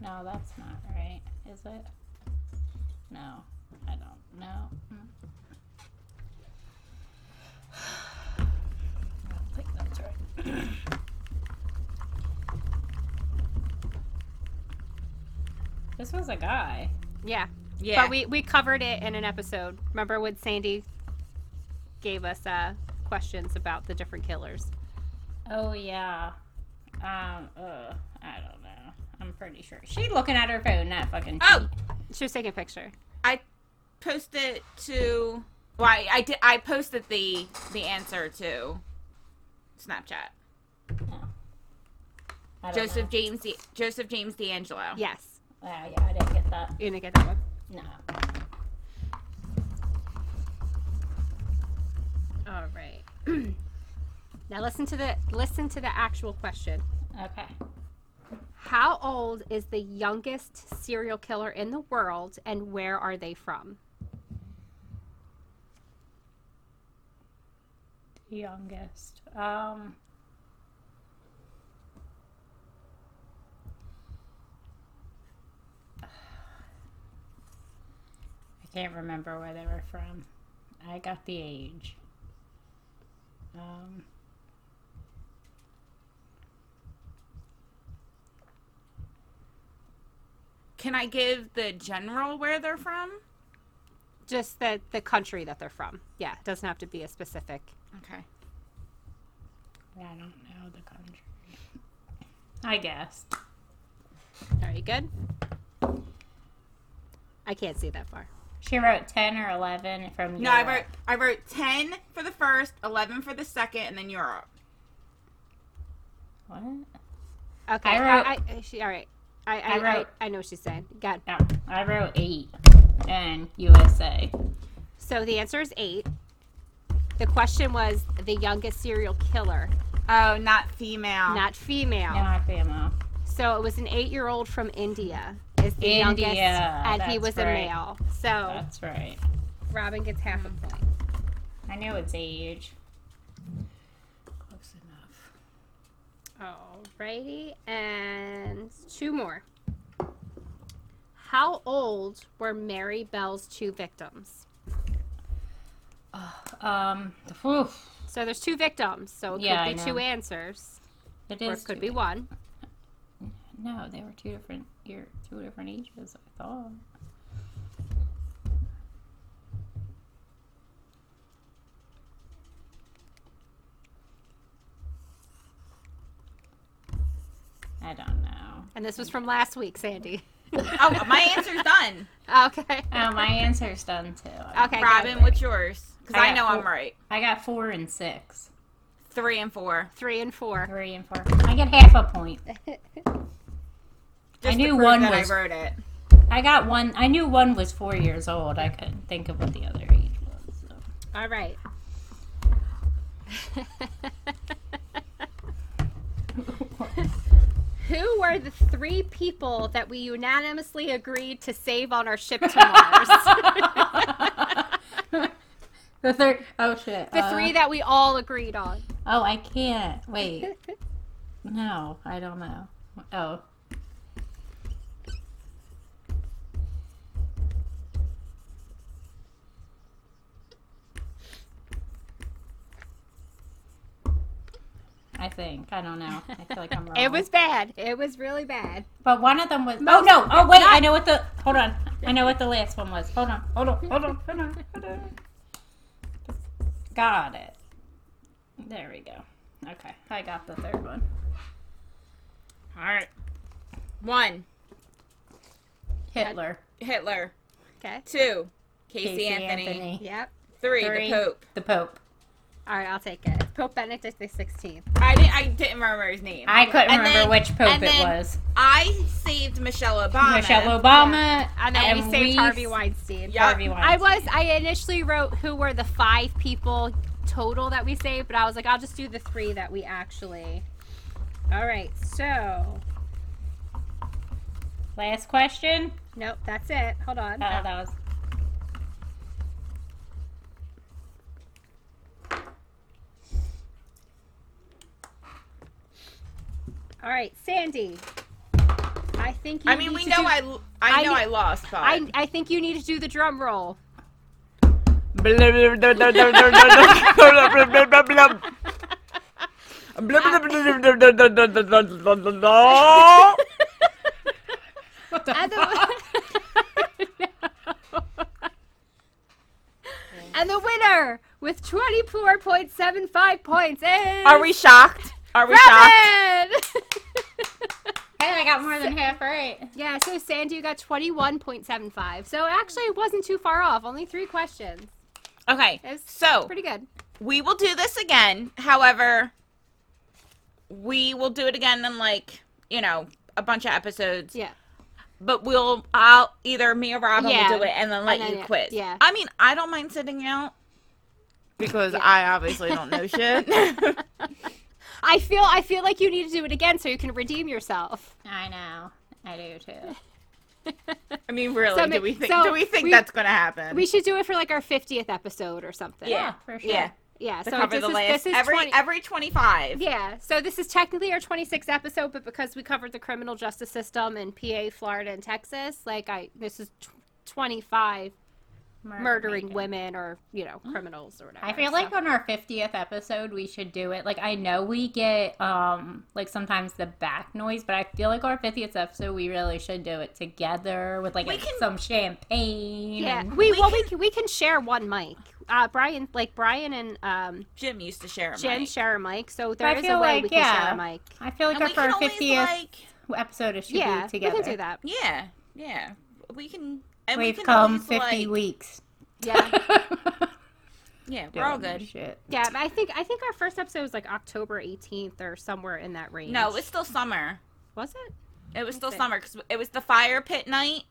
A: No, that's not right. Is it? No, I don't know. Mm. I don't think that's right. *coughs* this was a guy.
B: yeah.
C: Yeah.
B: But we we covered it in an episode. Remember when Sandy gave us uh, questions about the different killers?
A: Oh yeah. Um. Ugh, I don't know. I'm pretty sure she's looking at her phone. Not fucking.
C: oh,
B: She was taking a picture.
C: I posted to. Well, I, I did. I posted the the answer to Snapchat.
A: I don't
C: Joseph James. D, Joseph James D'Angelo.
B: Yes.
A: Know. Ah, yeah, I didn't get that.
B: You didn't get that one.
A: No.
B: All right. *clears throat* now listen to the listen to the actual question.
A: Okay.
B: How old is the youngest serial killer in the world, and where are they from?
A: Youngest. Um. I can't remember where they were from. I got the age. Um.
C: Can I give the general where they're from?
B: Just the the country that they're from. Yeah, it doesn't have to be a specific.
C: Okay.
A: I don't know the country. I guess.
B: Are you good? I can't see that far.
A: She wrote 10 or 11 from
C: No, I
A: Europe.
C: wrote I wrote ten for the first, eleven for the second, and then Europe.
A: What?
B: Okay.
A: I
B: I-
A: wrote-
B: I- I- she- all right. I I,
A: I
B: I,
A: wrote-
B: I know what she's saying. God.
A: No, I wrote 8 and USA.
B: So the answer is eight. The question was the youngest serial killer
C: Oh, not
A: Uh-huh.
C: female.
B: not female.
A: Not female.
B: So it was an eight-year-old from India is the youngest,
A: India,
B: and he
A: that's
B: was a
A: right. Mm.
B: male. So
A: That's right.
B: Robin gets half a point.
A: I know it's age. Close enough.
B: Alrighty, and two more. How old were Mary Bell's two victims?
A: Um, whew,
B: So there's two victims, so it
A: Yeah, I
B: could be two
A: know.
B: answers,
A: it
B: or
A: is.
B: it could
A: two-
B: be one.
A: No, they were two different year, two different ages. I thought. I don't know.
B: And this was from last week, *laughs* Sandy.
C: Oh, my answer's done.
B: Okay.
A: Oh,
B: *laughs*
A: my answer's done too.
B: Okay.
C: Robin,
B: good.
C: what's yours? Because
A: I
C: I,
A: got
C: know I'm
A: four.
C: right.
A: I got four and six.
C: Three and four.
B: Three and four.
A: Three and four. I get half a point.
C: Just to
A: knew
C: prove
A: one
C: that
A: was-
C: I wrote it.
A: I got one. I knew one was four years old. I couldn't think of what the other age was. So.
B: All right. *laughs* Who were the three people that we unanimously agreed to save on our ship to Mars?
A: *laughs* the third. Oh shit.
B: *laughs* the
A: uh,
B: three that we all agreed on.
A: Oh, I can't. Wait. No, I don't know. Oh. I think. I don't know. I feel like I'm wrong.
B: It was bad. It was really bad.
A: But one of them was. Oh no! Oh wait! I know what the. Hold on. I know what the last one was. Hold on. Hold on. Hold on. Hold on. Hold on. Got it. There we go. Okay, I got the third one.
C: All right. One,
A: Hitler,
C: Hitler.
B: Okay.
C: Two, Casey,
A: Casey
C: Anthony.
A: Anthony,
B: Yep.
C: Three,
A: Three.
C: the Pope.
A: the Pope.
B: All right, I'll take it. Pope Benedict the 16th.
C: I didn't, I didn't remember his name.
A: I couldn't
C: And
A: remember
C: then-
A: which Pope
C: and
A: it
C: then
A: was.
C: I saved Michelle Obama.
A: Michelle Obama.
B: And then we saved Harvey
A: Weinstein.
B: Weinstein.
C: Yeah.
A: Harvey
B: I
A: Weinstein.
B: was. I initially wrote who were the five people total that we saved, but I was like, I'll just do the three that we actually. All right. So
A: Last question.
B: nope, that's it. Hold on.
A: Oh,
C: Uh,
A: that was.
B: All right, Sandy. I think you.
C: I mean,
B: need
C: we
B: to
C: know
B: do-
C: I, l- I
B: I
C: know
B: kn-
C: I lost, but
B: I, I think you need to do the drum roll.
A: What the
B: And
C: Oh.
B: the, *laughs* and the winner with 24.75 points is.
C: are we shocked? Are we shocked?
B: Robin!
A: Hey, *laughs* I got more than half right.
B: *laughs* Yeah, so Sandy, you got 21.75. So actually, it wasn't too far off. Only three questions.
C: Okay,
B: It was
C: so
B: pretty good.
C: we will do this again. However, we will do it again in like you know a bunch of episodes.
B: Yeah.
C: But we'll I'll either me or Robin
B: Yeah.
C: will do it and then let
B: And then
C: you
B: it-
C: quit.
B: yeah.
C: I mean, I don't mind sitting out because I obviously don't
B: *laughs*
C: know shit.
B: I feel I feel like you need to do it again so you can redeem yourself.
A: I know. I do too.
C: I mean, really,
B: So, I
C: do
B: mean,
C: we think
B: so
C: do we think
B: we-
C: that's gonna happen?
B: We should do it for like our 50th episode or something.
A: Yeah, for sure.
C: Yeah.
B: Yeah.
C: To
B: So
C: cover
B: this
C: the
B: is,
C: last
B: this is
C: every
B: 20
C: every twenty five.
B: Yeah. So this is technically our 26th episode, but because we covered the criminal justice system in PA, Florida, and Texas, like I this is tw 25 murdering
A: Making.
B: women or, you know, criminals or whatever.
A: I feel
B: so.
A: like on our 50th episode, we should do it. Like, I know we get, um, like sometimes the back noise, but I feel like our 50th episode, we really should do it together with like
C: We
A: a-
C: can-
A: some champagne.
B: Yeah,
A: and-
B: we,
C: We
B: well we can, we can share one mic. Uh, Brian like Brian and um,
C: Jim used to share. 'em,
B: Jen
C: right?
B: share a mic, so there is a
A: feel
B: way
A: like,
B: we can share
A: yeah.
B: a mic.
A: I feel like
C: And
A: our
C: we
A: for
C: can
A: our
C: always
A: 50th
C: like
A: episode, it should
B: Yeah,
A: be together.
B: we can do that. *laughs*
C: yeah, yeah. We can. And we
A: We've
C: can
A: come
C: always,
A: 50
C: like- *laughs*
A: weeks.
B: Yeah,
C: Yeah, we're all
A: Doing
C: good.
A: Shit.
B: yeah. but I think I think our first episode was like October 18th or somewhere in that range.
C: No, it's still summer.
B: was it?
C: It was still
B: see.
C: summer because it was the fire pit night,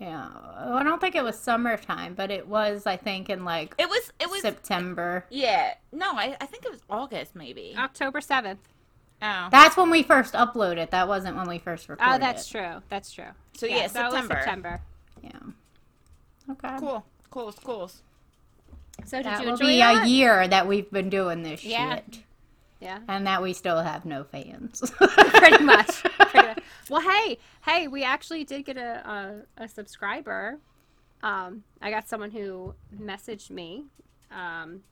A: Yeah, Oh, I don't think it was summertime, but it was, I think, in like
C: It was it was
A: September.
C: yeah. No, I, I think it was August maybe.
B: October 7th.
C: oh.
A: That's when we first uploaded. That wasn't when we first recorded.
B: Oh, that's
A: it.
B: true. That's true.
C: So
B: that
C: yeah,
B: was
C: September.
B: September.
A: Yeah. Okay.
C: Cool. Cool. Cool.
B: So did
A: That
B: you
A: will
B: enjoy
A: be
B: that?
A: a year that we've been doing this
B: Yeah.
A: shit,
B: Yeah, *laughs*
A: and that we still have no fans.
B: pretty much. Pretty *laughs* much. Well, hey, hey, we actually did get a a, a subscriber. Um, I got someone who messaged me. Um,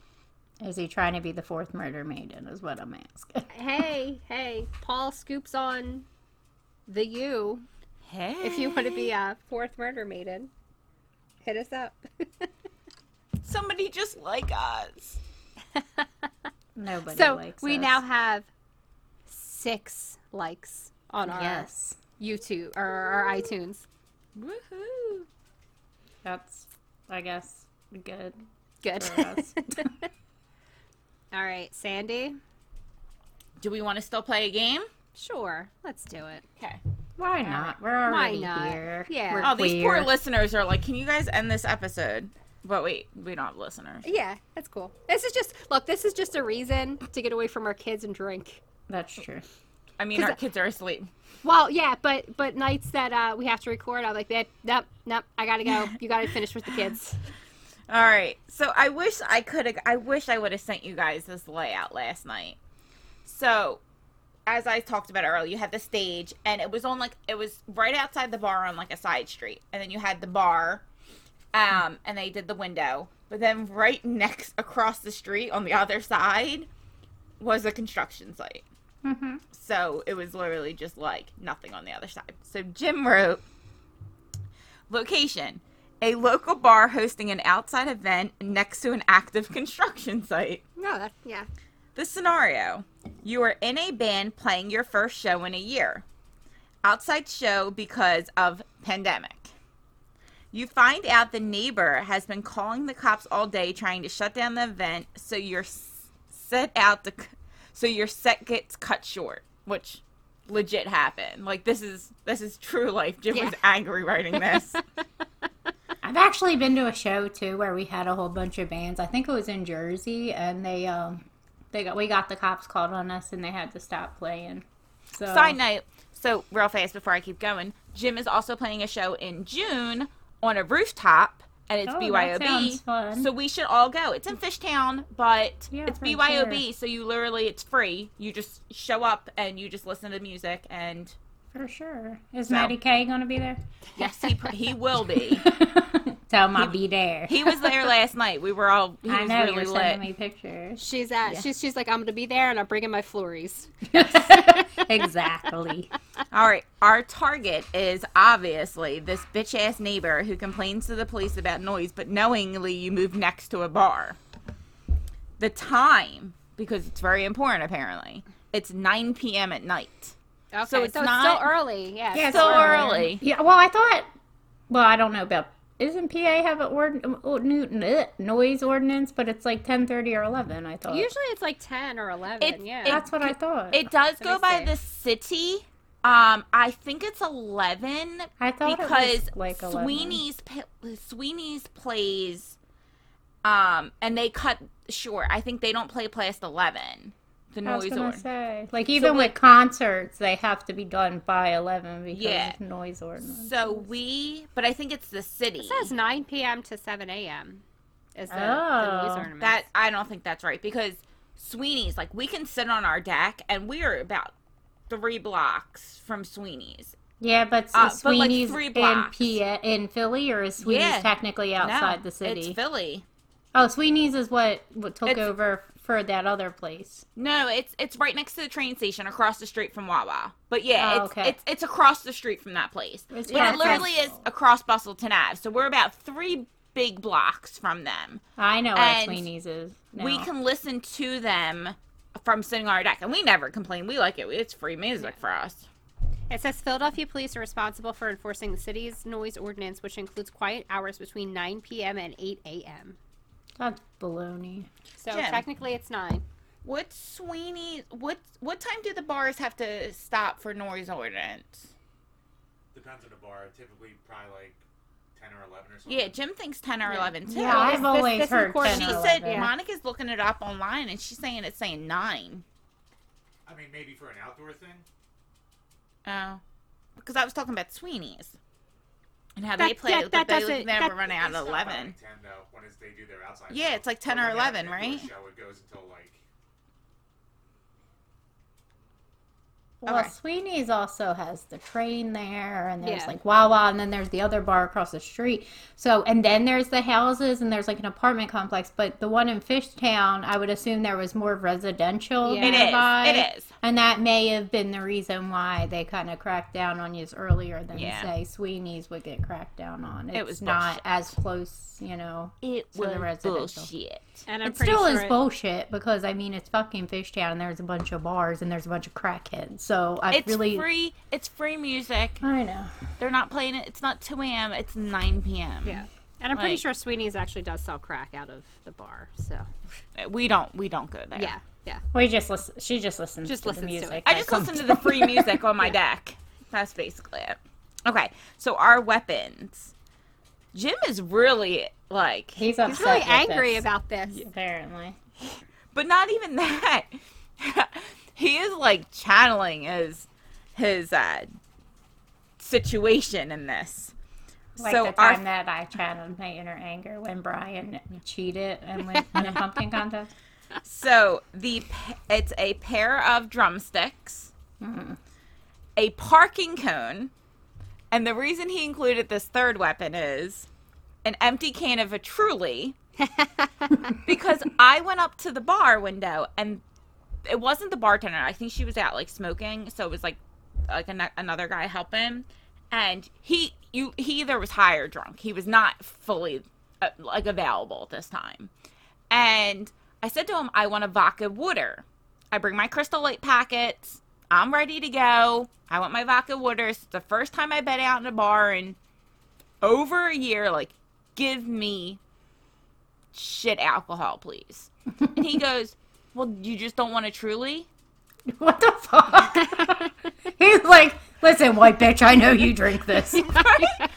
A: *laughs* Is he trying to be the fourth murder maiden? Is what I'm asking.
B: *laughs* hey, hey, Paul scoops on the you.
C: Hey.
B: If you want to be a fourth murder maiden, hit
A: *laughs*
B: us up.
C: somebody just like us.
A: Nobody
B: so
A: likes
B: we
A: us.
B: now have six likes on our
A: yes,
B: YouTube or our iTunes.
C: Woohoo.
A: that's I guess good.
B: Good.
A: For us.
B: *laughs* All right, Sandy.
C: Do we want to still play a game?
B: Sure, let's do it.
C: Okay.
A: Why not? We're already
B: not?
A: here.
B: Yeah.
A: We're
C: Oh, these poor
A: queer.
C: listeners are like, can you guys end this episode? But wait, we don't have listeners.
B: Yeah, that's cool. This is just look. This is just a reason to get away from our kids and drink.
A: That's true.
C: I mean, our
B: 'Cause-
C: kids are asleep.
B: Well, yeah, but but nights that uh, we have to record, I'm like, "Babe, nope, nope. I gotta go. You gotta finish with the kids.
C: All right. So I wish I could have. I wish I would have sent you guys this layout last night. So, as I talked about earlier, you had the stage, and it was on like it was right outside the bar on like a side street, and then you had the bar, um, and they did the window. But then right next across the street on the other side was a construction site.
A: Mm-hmm.
C: So it was literally just like nothing on the other side. So Jim wrote location a local bar hosting an outside event next to an active *laughs* construction site.
B: *laughs* No, that's yeah.
C: The scenario you are in a band playing your first show in a year, outside show because of pandemic. You find out the neighbor has been calling the cops all day trying to shut down the event, so you're s- set out to, c- so your set gets cut short, which legit happened. Like this is this is true life. Jim was
B: Yeah.
C: angry writing this.
A: I've actually been to a show too where we had a whole bunch of bands. I think it was in Jersey, and they um they got we got the cops called on us, and they had to stop playing. So
C: Side note. So real fast before I keep going, Jim is also playing a show in June on a rooftop, and it's
A: Oh, that
C: BYOB.
A: sounds fun. Mm.
C: So we should all go. It's in Fishtown, but
A: Yeah,
C: it's
A: for sure.
C: BYOB. So you literally, it's free. You just show up and you just listen to music, and
A: for sure, is
C: So-
A: Maddie K going to be *laughs* there?
B: *laughs*
C: yes, he pr- he
A: *laughs*
C: will be.
A: Tell him I'll be there.
C: He was there last night. We were all. He
A: I
C: was
A: know
C: really
A: you're
C: lit.
A: sending me *laughs* pictures.
B: She's at. She's she's like, I'm gonna be there, and I'm bringing my flurries.
A: exactly.
C: All right, our target is obviously this bitch ass neighbor who complains to the police about noise, but knowingly you move next to a bar. The time, because it's very important apparently, it's 9 p.m. at night.
B: Okay, so
C: So it's
B: it's
C: not-
B: still early. Yeah.
A: Yeah,
C: so
A: it's
C: early.
A: Yeah, well, I thought. Well, I don't know about. Isn't PA have an ord- or- new- bleh, noise ordinance? But it's like ten thirty or eleven. I thought.
B: Usually it's like ten or eleven.
C: It's-
B: yeah.
A: that's what I thought.
C: It does
B: Let me
C: go by
B: see.
C: the city. Um, I think it's 11
A: I thought it
C: because
A: was like 11.
C: Sweeney's pa- Sweeney's plays, um, and they cut short. I think they don't play past 11. The
A: I was
C: noise
A: gonna
C: ordinance.
A: say, like even
C: we-
A: with concerts, they have to be done by eleven because
C: Yeah.
A: of noise ordinance.
C: So we, but I think it's the city.
B: It says 9 p.m. to 7 a.m. is the, the
A: Oh.
B: news ornament.
C: That I don't think that's right because Sweeney's like we can sit on our deck and we are about three blocks from Sweeney's.
A: Yeah, but is
C: Uh, but, like,
A: Sweeney's
C: three
A: in
C: blocks.
A: PA in Philly, or is Sweeney's
C: Yeah.
A: technically outside the
C: It's
A: city?
C: Philly.
A: oh, Sweeney's is what, what took
C: It's-
A: over for that other place.
C: No, it's it's right next to the train station, across the street from Wawa. But yeah,
A: Oh,
C: it's,
A: okay.
C: it's it's across the street from that place.
A: It's
C: but it
A: across
C: literally is
A: Bustle.
C: across Bustleton Ave. So we're about three big blocks from them.
A: I know
C: And
A: where Sweeney's is. Now.
C: We can listen to them from sitting on our deck, and we never complain. We like it. It's free music for us.
B: It says Philadelphia police are responsible for enforcing the city's noise ordinance, which includes quiet hours between 9 p.m. and 8 a.m.
A: That's baloney.
B: So
C: Jim.
B: technically it's 9.
C: What Sweeney? What what time do the bars have to stop for noise ordinance?
D: Depends on the bar. Typically, probably like ten or eleven or something.
C: Yeah, Jim thinks ten or
B: Yeah.
C: eleven too.
A: Yeah, I've
B: this-
A: always
B: this
A: heard
B: recording-
A: 10
C: she
A: or
C: said
A: 11.
C: Monica's looking it up online, and she's saying it's saying nine.
D: I mean, maybe for an outdoor thing.
C: Oh, because I was talking about Sweeney's and how
B: That-
C: they play.
B: that-
C: it,
B: that
C: they
B: doesn't-
C: never
B: that-
C: run
D: They
C: out at
D: stop at,
C: eleven.
D: like, ten though. When it's, they do their outside.
C: Yeah,
D: show.
C: it's like 10
D: But
C: or
D: when they have
C: 11,
D: an
C: right?
D: indoor Show it goes until like
A: Well,
C: Okay.
A: Sweeney's also has the train there, and there's
B: Yeah.
A: like Wawa, and then there's the other bar across the street. So, and then there's the houses, and there's like an apartment complex. But the one in Fishtown, I would assume there was more residential
B: Yeah.
C: It is.
A: nearby,
C: It is.
A: and that may have been the reason why they kind of cracked down on you earlier than
C: Yeah.
A: say Sweeney's would get cracked down on. It's
C: It was
A: not
C: bullshit.
A: as close, you know.
C: It
A: So the was residential.
B: And I'm
A: it
B: pretty
A: still
B: sure
A: is
B: it-
A: bullshit because I mean it's fucking Fishtown, and there's a bunch of bars, and there's a bunch of crackheads. So I
C: It's
A: really.
C: free. It's free music.
A: I know.
C: They're not playing it. It's not 2 a.m. It's 9 p.m.
B: Yeah. And I'm pretty
C: Like-
B: sure Sweeney's actually does sell crack out of the bar. So
C: We don't. We don't go there.
B: yeah, yeah.
A: We just listen. She just listens.
B: Just
A: to
B: listens
A: the
B: to it.
A: music.
C: I
A: that
C: just
A: comes
C: listen to the free music on my deck. That's basically it. Okay. So our weapons. Jim is really like,
A: He's
B: He's
A: upset.
B: really
A: with
B: angry
A: this,
B: about this.
A: Apparently,
C: but not even *laughs* that. he is like channeling his his uh, situation in this.
A: like
C: so
A: the
C: our
A: time that I channeled my inner anger when Brian cheated and went in the pumpkin contest.
C: So the p- it's a pair of drumsticks, a parking cone, and the reason he included this third weapon is an empty can of Truly, because I went up to the bar window and it wasn't the bartender. I think she was out like smoking, so it was like like an- another guy helping, and he you he either was high or drunk. He was not fully uh, like available at this time. And I said to him, I want a vodka water. I bring my crystal light packets. I'm ready to go. I want my vodka water. It's the first time I've been out in a bar in over a year. Like, give me shit alcohol, please. and
B: *laughs*
C: he goes, Well, you just don't want a truly?
A: *laughs* What the fuck?
B: *laughs*
A: He's like, listen, white bitch. I know you drink this.
C: And I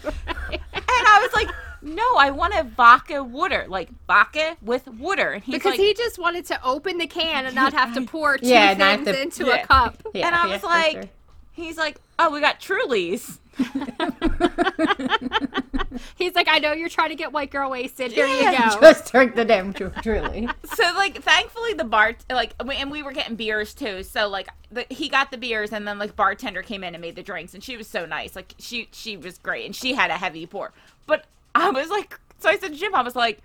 C: was like, No, I want a vodka water. Like, vodka with water. And he's
B: Because
C: like,
B: he just wanted to open the can and not have to pour two
A: Yeah, not
B: things
A: the-
B: into
C: yeah.
B: a cup.
A: Yeah,
C: And I
A: yeah,
C: was
A: for
C: like,
A: sure.
C: He's like, Oh, we got trulies.
B: *laughs* He's like, I know you're trying to get white girl wasted. Here
A: Yeah,
B: you
A: *laughs*
B: go.
A: just drink the damn tru- truly.
C: so like thankfully the bar like we- and we were getting beers too so like the, he got the beers and then like bartender came in and made the drinks and she was so nice like she she was great and she had a heavy pour but i was like so i said to jim i was like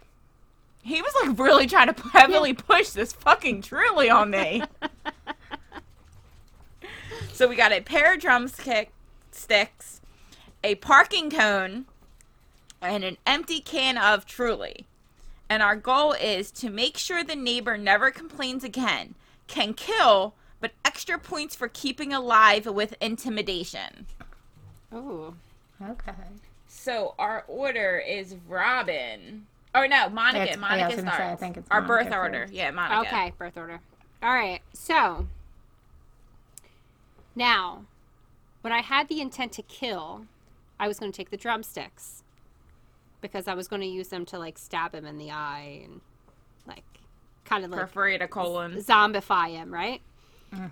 C: he was like really trying to *laughs* heavily push this fucking truly on me so we got a pair of drumstick sticks a parking cone and an empty can of truly and our goal is to make sure the neighbor never complains again. Can kill, but extra points for keeping alive with intimidation.
B: Ooh.
A: Okay.
C: So our order is Robin. Or no, Monica.
A: It's- yeah, I
C: Monica
A: was gonna say,
C: starts.
A: I think it's
C: our
A: Monica
C: birth order.
A: first.
C: Yeah, Monica.
B: Okay, birth order. All right. So now, when I had the intent to kill, I was going to take the drumsticks because I was going to use them to like stab him in the eye and like kind of like
C: Perforate a colon.
B: zombify him, right?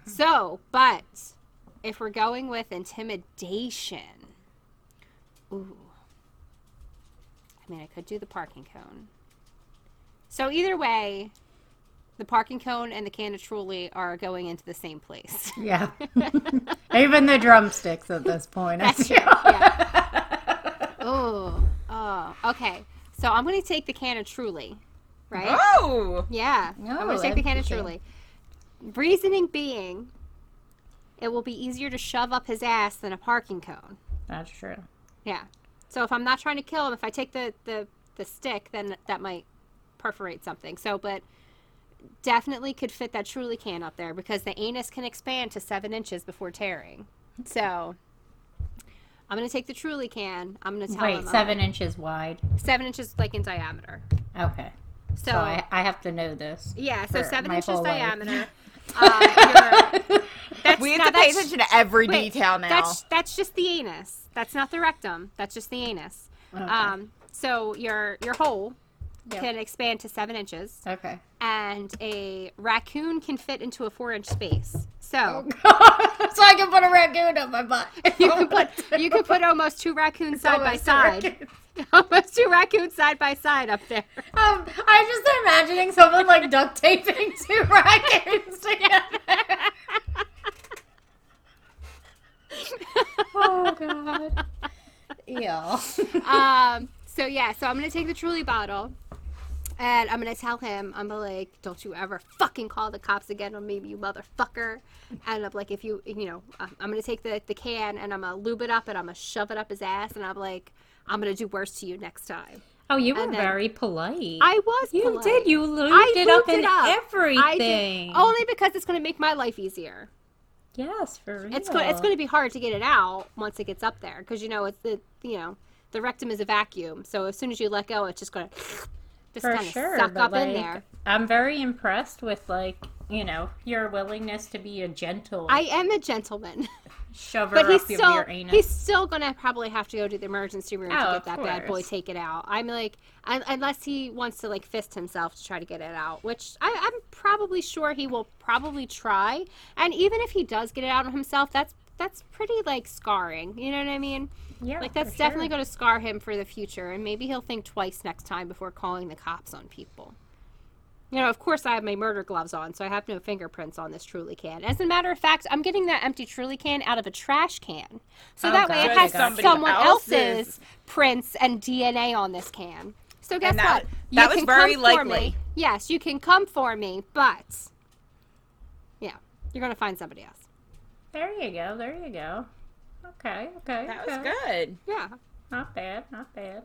B: So, but if we're going with intimidation, ooh, I mean, I could do the parking cone. So either way, the parking cone and the can of Truly are going into the same place. *laughs*
A: Yeah. Even the drumsticks at this point. That's
B: Ooh, oh, okay. So I'm going to take the can of Truly, right?
C: Oh!
B: Yeah. I'm
A: Oh,
B: gonna take the can of
A: interesting.
B: truly. Reasoning being it will be easier to shove up his ass than a parking cone.
A: *laughs* That's true.
B: Yeah. So if I'm not trying to kill him, if I take the, the, the stick, then that might perforate something. So but definitely could fit that truly can up there because the anus can expand to seven inches before tearing. So I'm gonna take the truly can. I'm gonna tell him
A: Wait,
B: I'm-
A: seven inches wide.
B: seven inches like in diameter.
A: Okay.
B: So,
A: So I, I have to know this.
B: yeah, so
A: for
B: seven
A: my
B: *laughs* inches
A: whole life.
B: diameter. um, your- That's,
E: We
B: now
E: have to pay
B: that's-
E: attention to every
B: wait,
E: detail now.
B: That's that's just the anus. That's not the rectum. That's just the anus.
F: Okay.
B: Um, so your your hole
F: Yeah.
B: can expand to seven inches,
F: okay.
B: and a raccoon can fit into a four inch space. So
A: *laughs*
F: so I can put a raccoon up my butt.
B: *laughs* you can put
A: *laughs*
B: you can put almost two raccoons
A: Oh,
B: side by
F: Oh, *laughs* Almost a
B: side,
F: raccoon.
B: *laughs* almost two raccoons side by side up there.
F: Um, I'm just imagining someone like duct taping *laughs* two
B: *laughs*
F: raccoons together. oh god. Yeah.
B: um, so yeah, so I'm gonna take the truly bottle. And I'm gonna tell him, I'm like, don't you ever fucking call the cops again on me, you motherfucker. And I'm like, if you, you know, uh, I'm gonna take the, the can and I'm gonna lube it up and I'm gonna shove it up his ass. And I'm like, I'm gonna do worse to you next time.
F: Oh, you were
B: And then-
F: very polite.
B: I was.
F: you
B: polite.
F: did. You lubed
B: I
F: it up
B: lubed it
F: in
B: up. I did. I
F: everything.
B: did. Only because it's gonna make my life easier.
F: yes, for real.
B: It's going. It's going to be hard to get it out once it gets up there because you know it's the you know the rectum is a vacuum. So as soon as you let go, it's just going to just
F: for
B: kind of
F: sure.
B: suck
F: but,
B: up
F: like,
B: in there.
F: I'm very impressed with like you know your willingness to be a gentle
B: I am a gentleman,
F: shover
B: but
F: up
B: he's
F: your,
B: still
F: your anus.
B: he's still going to probably have to go to the emergency room
F: Oh,
B: to
F: of
B: get that bad boy
F: course.
B: taken out. I'm like un unless he wants to like fist himself to try to get it out, which I, I'm probably sure he will probably try. And even if he does get it out himself, that's that's pretty like scarring. You know what I mean?
F: yeah,
B: Like that's
F: for sure.
B: definitely going to scar him for the future, and maybe he'll think twice next time before calling the cops on people. You know, of course, I have my murder gloves on, so I have no fingerprints on this Truly can. As a matter of fact, I'm getting that empty Truly can out of a trash can, so
F: Oh,
B: that way it
F: gotcha,
B: has
F: gotcha.
B: someone
C: Somebody
B: else's.
C: else's.
B: prints and DNA on this can. So guess
C: that-
B: what?
C: that was very
B: come for me.
C: likely.
B: Yes, you can come for me, but yeah, you're going to find somebody else.
F: There you go. There you go. Okay. Okay.
C: That
F: okay.
C: was good.
B: Yeah.
F: Not bad. Not bad. All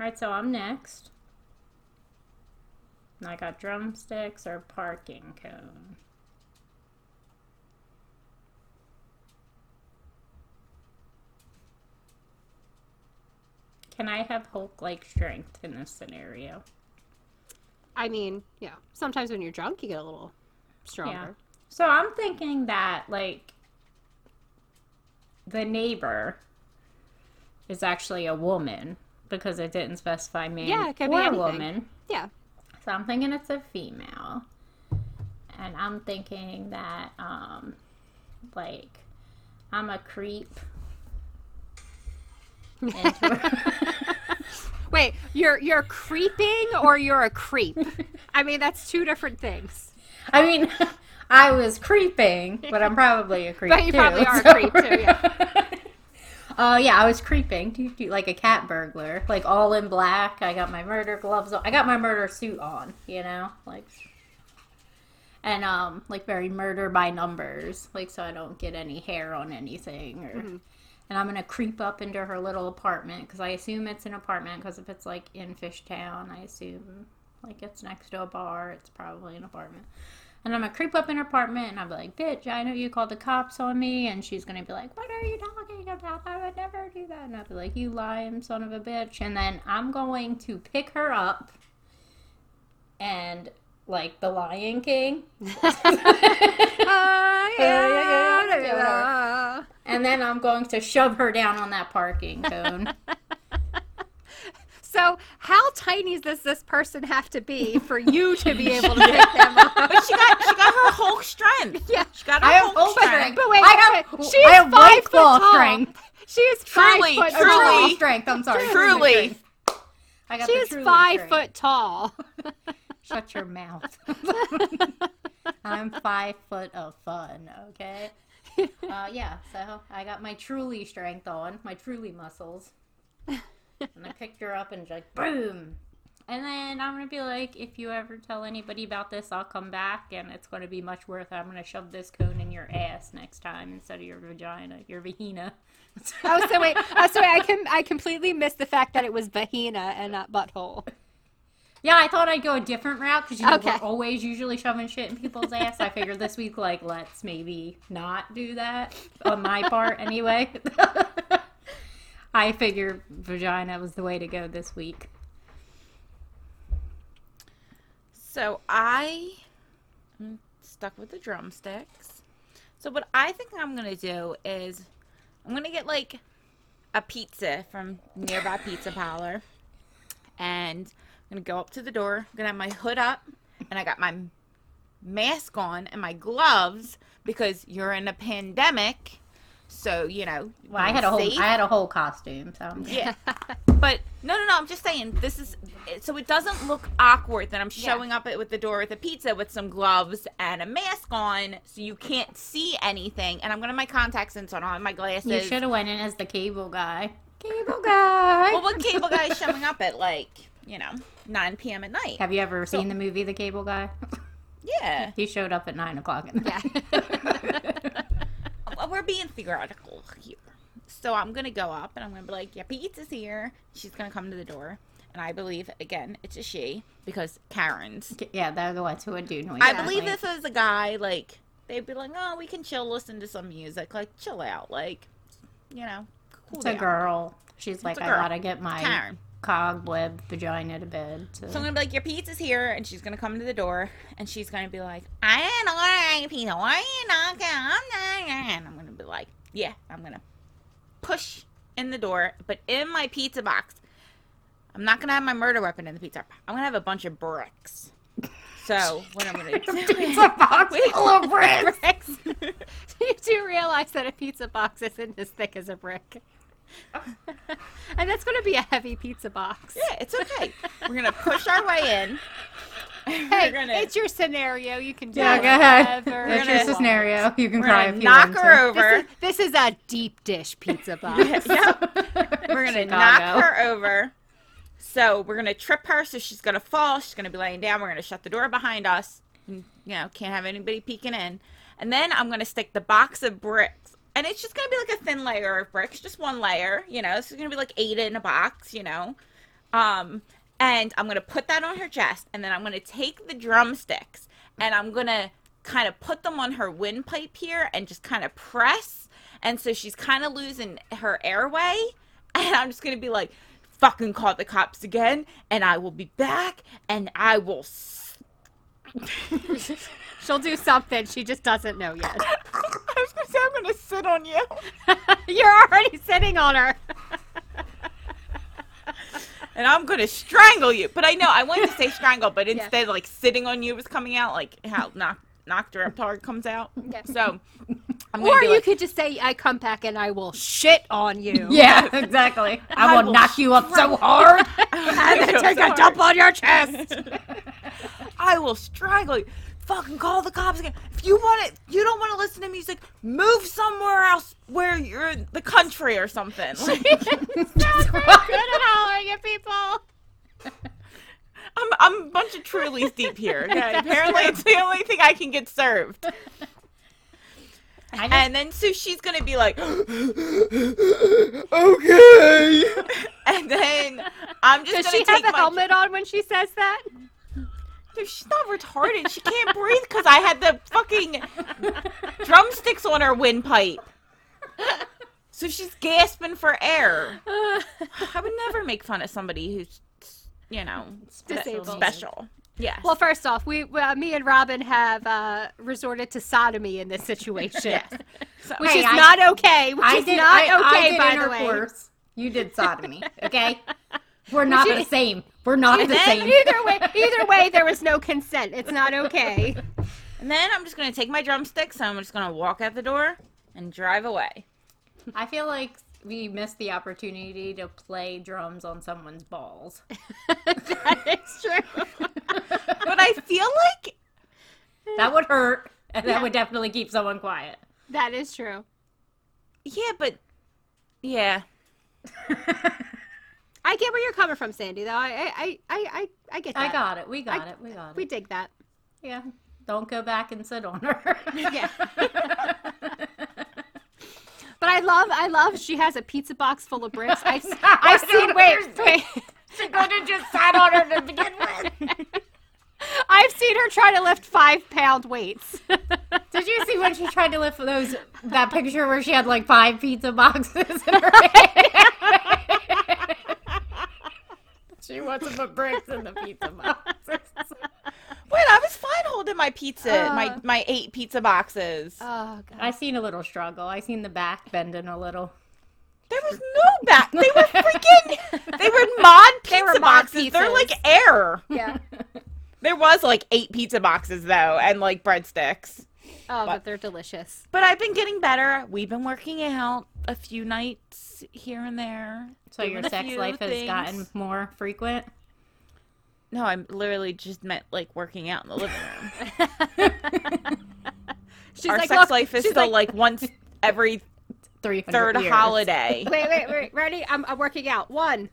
F: right. So I'm next. And I got drumsticks or parking cone. Can I have Hulk like strength in this scenario?
B: I mean, yeah. Sometimes when you're drunk, you get a little stronger.
F: So I'm thinking that like the neighbor is actually a woman because it didn't specify man
B: Yeah, it could be
F: or
B: anything.
F: woman.
B: Yeah.
F: So I'm thinking it's a female. And I'm thinking that um like I'm a creep. Into-
B: Wait, you're you're creeping or you're a
C: *laughs*
B: creep? I mean, that's two different things.
F: I mean, *laughs* I was creeping, but I'm probably a creep.
B: But you
F: too,
B: probably *laughs* are a
F: so-
B: creep too,
F: yeah. *laughs* Oh yeah, I was creeping, do, do, like a cat burglar, like all in black. I got my murder gloves on. I got my murder suit on, you know, like, and um, like very murder by numbers, like so I don't get any hair on anything. Or, and I'm gonna creep up into her little apartment because I assume it's an apartment because if it's like in Fishtown, I assume like it's next to a bar, it's probably an apartment. And I'm gonna creep up in her apartment and I'm like, bitch, I know you called the cops on me. And she's gonna be like, what are you talking about? I would never do that. And I'll be like, you lying son of a bitch. And then I'm going to pick her up and like the
B: *laughs*
F: Lion King. *laughs*
B: Uh,
F: yeah, yeah. and then I'm going to shove her down on that parking cone.
B: *laughs* So, how tiny does this person have to be for you to be able to pick them up?
C: But she got she got her
A: *laughs*
C: Hulk strength.
B: Yeah.
C: She got her
F: I have
C: Hulk,
F: Hulk
C: strength.
F: oh, strength.
B: But wait,
F: I have,
B: she's
F: I have
B: five
F: white
B: foot
F: claw
B: tall.
F: strength.
B: She is five
C: Truly,
B: foot
F: Oh, truly
B: tall.
C: truly.
F: strength. I'm sorry.
C: Truly.
F: I got
B: She
F: the
B: is
F: truly
B: five
F: strength.
B: foot tall.
F: Shut your mouth. I'm five foot of fun, okay? Uh, yeah, so I got my truly strength on, my truly muscles. And I picked her up and like, boom! And then I'm gonna be like, if you ever tell anybody about this, I'll come back and it's gonna be much worth it. I'm gonna shove this cone in your ass next time instead of your vagina, your vagina.
B: *laughs*
F: *laughs*
B: Oh, so wait. Oh, so wait, I can I completely missed the fact that it was vagina and not butthole.
F: Yeah, I thought I'd go a different route because you know,
B: Okay.
F: we're always usually shoving shit in people's ass. I figured this week, like, let's maybe not do that on my part anyway. *laughs* I figured vagina was the way to go this week.
C: So I am stuck with the drumsticks. So what I think I'm gonna do is I'm gonna get like a pizza from nearby pizza parlor, and I'm gonna go up to the door. I'm gonna have my hood up, and I got my mask on and my gloves because you're in a pandemic. So you know,
F: Well, I had a whole
C: safe.
F: I had a whole costume, so
C: Yeah. but no, no, no. I'm just saying this is so it doesn't look awkward that I'm
B: Yeah.
C: showing up at, with the door with a pizza with some gloves and a mask on, so you can't see anything. And I'm gonna have my contacts in, so I don't have my glasses.
F: you should have went in as the cable guy. Cable guy.
C: Well, what cable guy is showing up at like you know 9 p.m. at night?
F: *laughs* Have you ever seen the movie The Cable Guy?
C: Yeah,
F: He showed up at nine o'clock. At night.
C: Well, we're being theoretical here. So I'm gonna go up and I'm gonna be like, "Yeah, pizza's here." She's gonna come to the door, and I believe again it's a she because Karen's.
F: *laughs* Yeah, they're the ones who would do noise.
C: I believe
F: complaints.
C: if it was a guy, like they'd be like, "Oh, we can chill, listen to some music, like chill out, like you know, cool
F: it's a
C: down."
F: girl. She's like,
C: a
F: I
C: girl.
F: gotta get my
C: Karen.
F: cobweb vagina to bed. To...
C: So I'm gonna be like, "Your pizza's here," and she's gonna come to the door, and she's gonna be like, "I didn't order any pizza. Why are you not coming?" And I'm gonna be like, "Yeah, I'm gonna push in the door, but in my pizza box, I'm not gonna have my murder weapon in the pizza. box. I'm gonna have a bunch of bricks." So what I'm gonna do? is-
F: pizza box full of bricks.
B: bricks. *laughs*
C: *laughs*
B: you do realize that a pizza box isn't as thick as a brick. *laughs* and that's going to be a heavy pizza box.
C: Yeah, it's okay. We're gonna push our way in. We're
B: Hey,
C: gonna-
B: it's your scenario. You can do
F: Yeah, go
C: *laughs*
F: ahead.
B: whatever.
F: That's
C: gonna-
F: your scenario. You can
C: We're
F: cry
C: gonna
F: if you
C: knock
F: want
C: her
F: to.
C: over.
B: This is, this is a deep dish
F: *laughs*
B: pizza box.
C: we're gonna
F: Chicago.
C: knock her over. So we're gonna trip her, so she's gonna fall. She's gonna be laying down. We're gonna shut the door behind us. And, you know, can't have anybody peeking in. And then I'm gonna stick the box of bricks, and it's just gonna be like a thin layer of bricks, just one layer. You know, so it's gonna be like eight in a box. You know, um, and I'm gonna put that on her chest, and then I'm gonna take the drumsticks, and I'm gonna kind of put them on her windpipe here, and just kind of press, and so she's kind of losing her airway, *laughs* and I'm just gonna be like, "Fucking call the cops again, and I will be back, and I will." S-. *laughs*
B: She'll do something she just doesn't know
F: *laughs*
B: yet.
C: I was gonna say I'm gonna sit on you.
B: You're already sitting on her.
C: and I'm gonna strangle you. But I know I wanted to say
B: *laughs*
C: strangle, but instead, like sitting on you was coming out, like how knock knocked her up hard comes out.
B: Yeah.
C: So I'm gonna
B: Or
C: be
B: you
C: like,
B: could just say, I come back and I will shit on *laughs* you.
F: *laughs* Yeah,
C: *laughs*
F: exactly. I,
C: I
F: will,
C: will
F: knock you up
C: *laughs*
F: so hard.
B: And *laughs* then take a dump on your *laughs* chest.
C: I will strangle you. Fucking call the cops again. If you want it, you don't want to listen to music. Move somewhere else where you're in the country or something. *laughs* Like,
B: Good at hollering at people.
C: *laughs* I'm I'm a bunch of Trulies deep here.
B: *laughs*
C: Okay? Apparently, it's the only thing I can get served.
F: I just,
C: And then so she's gonna be like, *gasps*
G: Okay.
C: *laughs* and then I'm just
B: Does she
C: gonna
B: have
C: take
B: a
C: my-
B: helmet on when she says that?
C: Dude, she's not retarded. She can't breathe because I had the fucking drumsticks on her windpipe. So she's gasping for air. I would never make fun of somebody who's, you know, spe-
B: Disabled.
C: special. Yes.
B: Well, first off, we well, me and Robin have uh, resorted to sodomy in this *laughs* situation,
C: So-
B: which
F: Hey,
B: is
F: I-
B: not okay. Which
F: I
B: is
F: did
B: not
F: I,
B: okay,
F: I
B: by
F: did
B: the way.
F: intercourse. You did
C: *laughs*
F: sodomy. Okay, we're not the same. We're not the
C: then
F: same.
B: Either *laughs* way, either way, there was no consent. It's not *laughs* okay.
C: and then I'm just gonna take my drumsticks and I'm just gonna walk out the door and drive away.
F: I feel like we missed the opportunity to play drums on someone's balls.
B: that is true.
C: But I feel like
F: That would hurt, *laughs* and that would definitely keep someone quiet.
B: *laughs* That is true.
C: yeah, but yeah.
B: I get where you're coming from, Sandy. Though I, I, I, I, I get that.
F: I got it. We got
B: I-
F: it. We got
B: We
F: it.
B: dig that.
F: Yeah. Don't go back and sit on *laughs* her.
B: Yeah. *laughs* But I love, I love. She has a pizza box full of bricks. *laughs* I, s- I've seen. Wait, wait.
F: she could have just sat on her to begin
B: *laughs*
F: with.
B: I've seen her try to lift five pound weights.
F: Did you see when she tried to lift those that picture where she had like five pizza boxes in *laughs* her hand? she wants to put bricks in the pizza boxes.
C: Wait, I was fine holding did my pizza, my
B: Oh.
C: my eight pizza boxes.
B: *laughs* Oh god.
F: I seen a little struggle. I seen the back bending a little.
C: There was no back. They were freaking. they were mod pizza
B: They were mod
C: boxes. They're like
B: pizzas.
C: air.
B: yeah.
C: *laughs* There was like eight pizza boxes though, and like breadsticks.
B: Oh, but they're delicious.
C: But I've been getting better. We've been working out a few nights here and there.
F: *laughs* So your
C: doing a
F: sex
C: few
F: life has
C: things.
F: gotten more frequent.
C: No, I'm literally just meant like working out in the living *laughs* room.
B: She's
C: Our
B: like,
C: sex
B: "Look,"
C: life is
B: she's
C: still
B: like,
C: like, once every
F: Three
C: third holiday.
B: *laughs* wait, wait, wait, ready? I'm, I'm working out. One,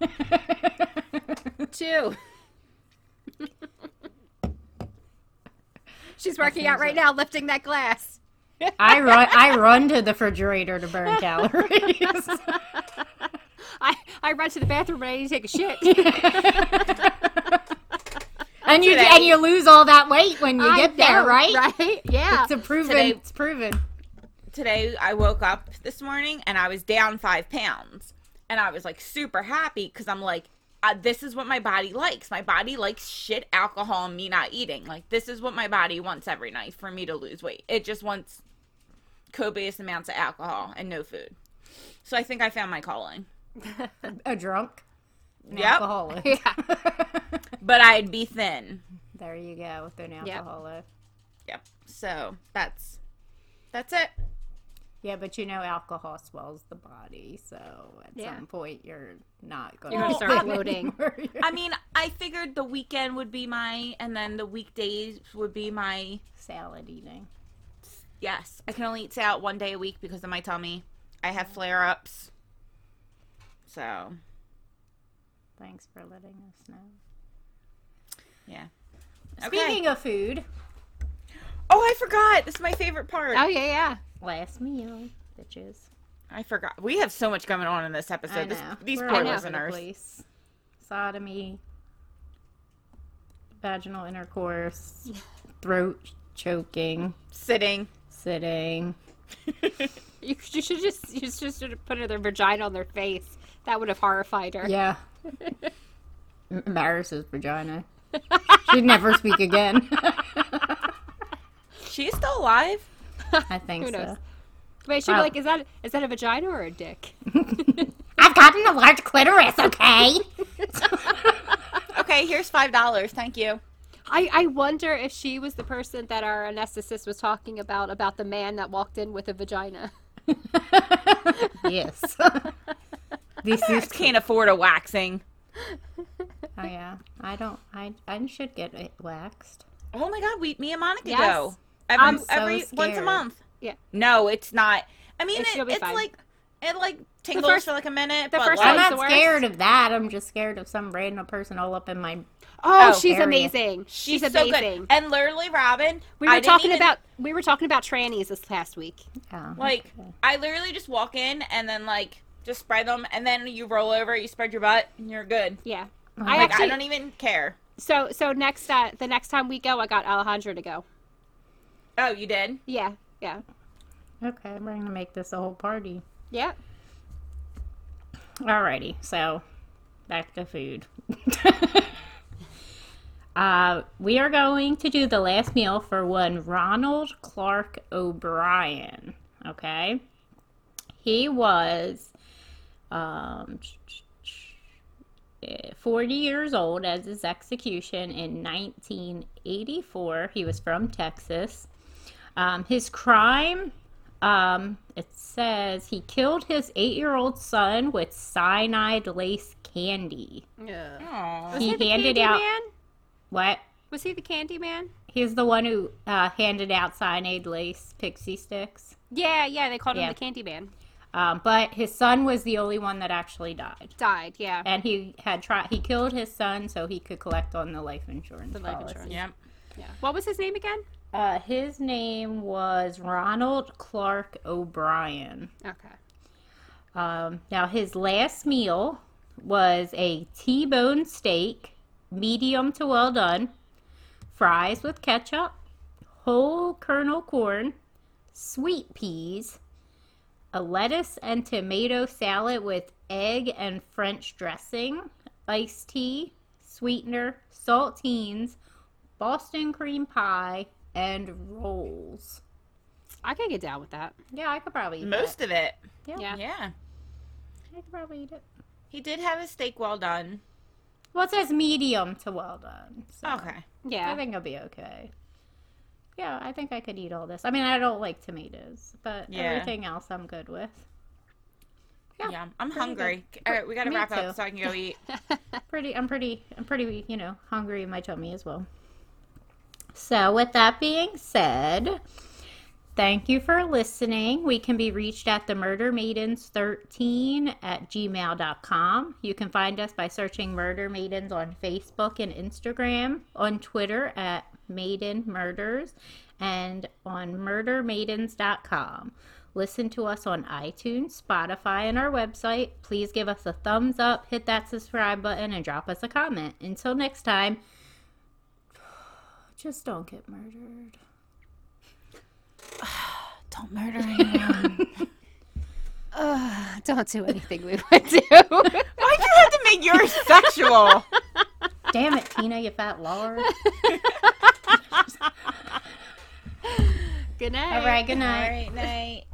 F: *laughs*
B: two. *laughs* She's working out right now, lifting that glass.
F: I run. I run to the refrigerator to burn
C: *laughs*
F: calories.
B: I, I run to the bathroom and I need to take a shit. *laughs*
F: and you
C: Today.
F: and you lose all that weight when you
B: I
F: get there,
B: know,
F: right?
B: *laughs* Right? Yeah.
F: It's a proven.
C: Today-
F: It's proven.
C: today I woke up this morning and I was down five pounds. And I was like super happy because I'm like, uh, this is what my body likes. My body likes shit, alcohol, and me not eating. Like, this is what my body wants every night for me to lose weight. It just wants copious amounts of alcohol and no food. So I think I found my calling.
F: A drunk. An
C: Yep.
F: Alcoholic.
C: But I'd be thin.
F: *laughs* there you go with an alcoholic.
C: Yep. So that's that's it.
F: Yeah, but you know alcohol swells the body, so at
B: Yeah.
F: some point you're not
B: *laughs*
F: going
B: You're
C: gonna
F: *laughs*
C: start
B: bloating.
C: I mean, I figured the weekend would be my, and then the weekdays would be my
F: salad eating.
C: Yes, I can only eat out one day a week because of my tummy. I have flare ups. So,
F: Thanks for letting us know.
C: yeah. Okay.
F: Speaking of food,
C: oh, I forgot. This is my favorite part.
B: oh, yeah, yeah.
F: last meal, bitches.
C: I forgot. We have so much going on in this episode. This, these
F: We're
C: poor
F: all over the
C: listeners.
F: place. Sodomy, vaginal
B: *laughs*
F: intercourse, throat choking,
C: Sitting.
F: sitting.
B: You, you should just you should just put their vagina on their face. That would have horrified her. *laughs*
F: Yeah. M- Maris's vagina. She'd never speak again. *laughs*
C: She's still alive.
F: I think
B: Who knows?
F: so.
B: Wait, she'd be
F: Wow.
B: like, is that is that a vagina or a dick?
F: I've gotten a large clitoris, okay?
C: Okay, here's $5. Thank you.
B: I, I wonder if she was the person that our anesthetist was talking about about the man that walked in with a vagina. *laughs*
F: yes. this is
C: Can't afford a waxing.
F: Oh yeah. I don't I I should get it waxed.
C: Oh my God, we, me and Monica
B: Yes.
C: go. Every,
F: I'm so
C: every once a
F: scared.
C: month.
B: Yeah.
C: No, it's not. I mean,
B: It-
C: it,
B: she'll be
C: it's
B: fine.
C: like, it like tingles
B: first-
C: for like a minute.
B: the
C: but
B: first
C: like,
F: I'm
B: Sounds
F: not
B: the
F: scared of that. I'm just scared of some random person all up in my
B: Oh,
C: Oh,
B: she's
F: area.
B: amazing. She's,
C: She's so
B: amazing.
C: good. And literally, Robin,
B: We were
C: I didn't
B: talking
C: even-
B: about we were talking about trannies this past week.
F: oh,
C: like
F: okay.
C: I literally just walk in and then like just spread them, and then you roll over, you spread your butt, and you're good.
B: Yeah.
F: Oh
B: I
F: my
C: Like
B: actually
C: I don't even care.
B: so so next uh the next time we go I got Alejandra to go.
C: Oh, you did?
B: Yeah. Yeah.
F: Okay, we're gonna make this a whole party.
B: Yeah.
F: Alrighty, so back to food. *laughs* uh, we are going to do the last meal for one Ronald Clark O'Brien. Okay, he was um, 40 years old as his execution in 1984. He was from Texas. Um, his crime um, it says he killed his eight-year-old son with cyanide lace candy.
B: Yeah.
C: Aww.
B: Was
F: He
B: he the
F: handed
B: candy
F: out-
B: man?
F: What?
B: Was he the candy man?
F: He's the one who uh, handed out cyanide lace pixie sticks.
B: Yeah, yeah, they called
F: Yeah.
B: him the candy man.
F: Um, but his son was the only one that actually died,
B: Died, yeah.
F: and he had tried. He killed his son so he could collect on the life insurance.
B: The life
F: policy.
B: insurance.
C: Yep.
B: yeah. What was his name again?
F: Uh, his name was Ronald Clark O'Brien.
B: Okay.
F: Um, now, his last meal was a T bone steak, medium to well done, fries with ketchup, whole kernel corn, sweet peas, a lettuce and tomato salad with egg and French dressing, iced tea, sweetener, saltines, Boston cream pie, and rolls.
B: I could get down with that.
F: Yeah, I could probably eat
C: Most of it.
F: that.
B: Yeah.
C: Yeah.
F: I could probably eat it.
C: He did have his steak well done.
F: Well, it says medium to well done. So
C: Okay.
F: I
B: Yeah.
F: think I'll be okay. Yeah, I think I could eat all this. I mean, I don't like tomatoes, but
C: Yeah.
F: everything else I'm good with. Yeah,
C: Yeah. I'm
F: pretty
C: hungry. All right, we got to
F: Me
C: wrap
F: too.
C: up so I can go eat.
F: Pretty, I'm pretty, I'm pretty, you know, hungry in my tummy as well. So, with that being said, thank you for listening. We can be reached at the murdermaidens13 at gmail.com. You can find us by searching Murder Maidens on Facebook and Instagram, on Twitter at Maiden Murders, and on murdermaidens.com. Listen to us on iTunes, Spotify, and our website. Please give us a thumbs up, hit that subscribe button, and drop us a comment. Until next time, *sighs* just don't get murdered.
C: Don't murder anyone.
B: Ugh, don't do anything we would do.
C: Why'd you have to make yours sexual?
F: Damn it, Tina, you fat lard.
B: good night.
F: All right, *laughs* good
C: All
F: night.
C: right, night.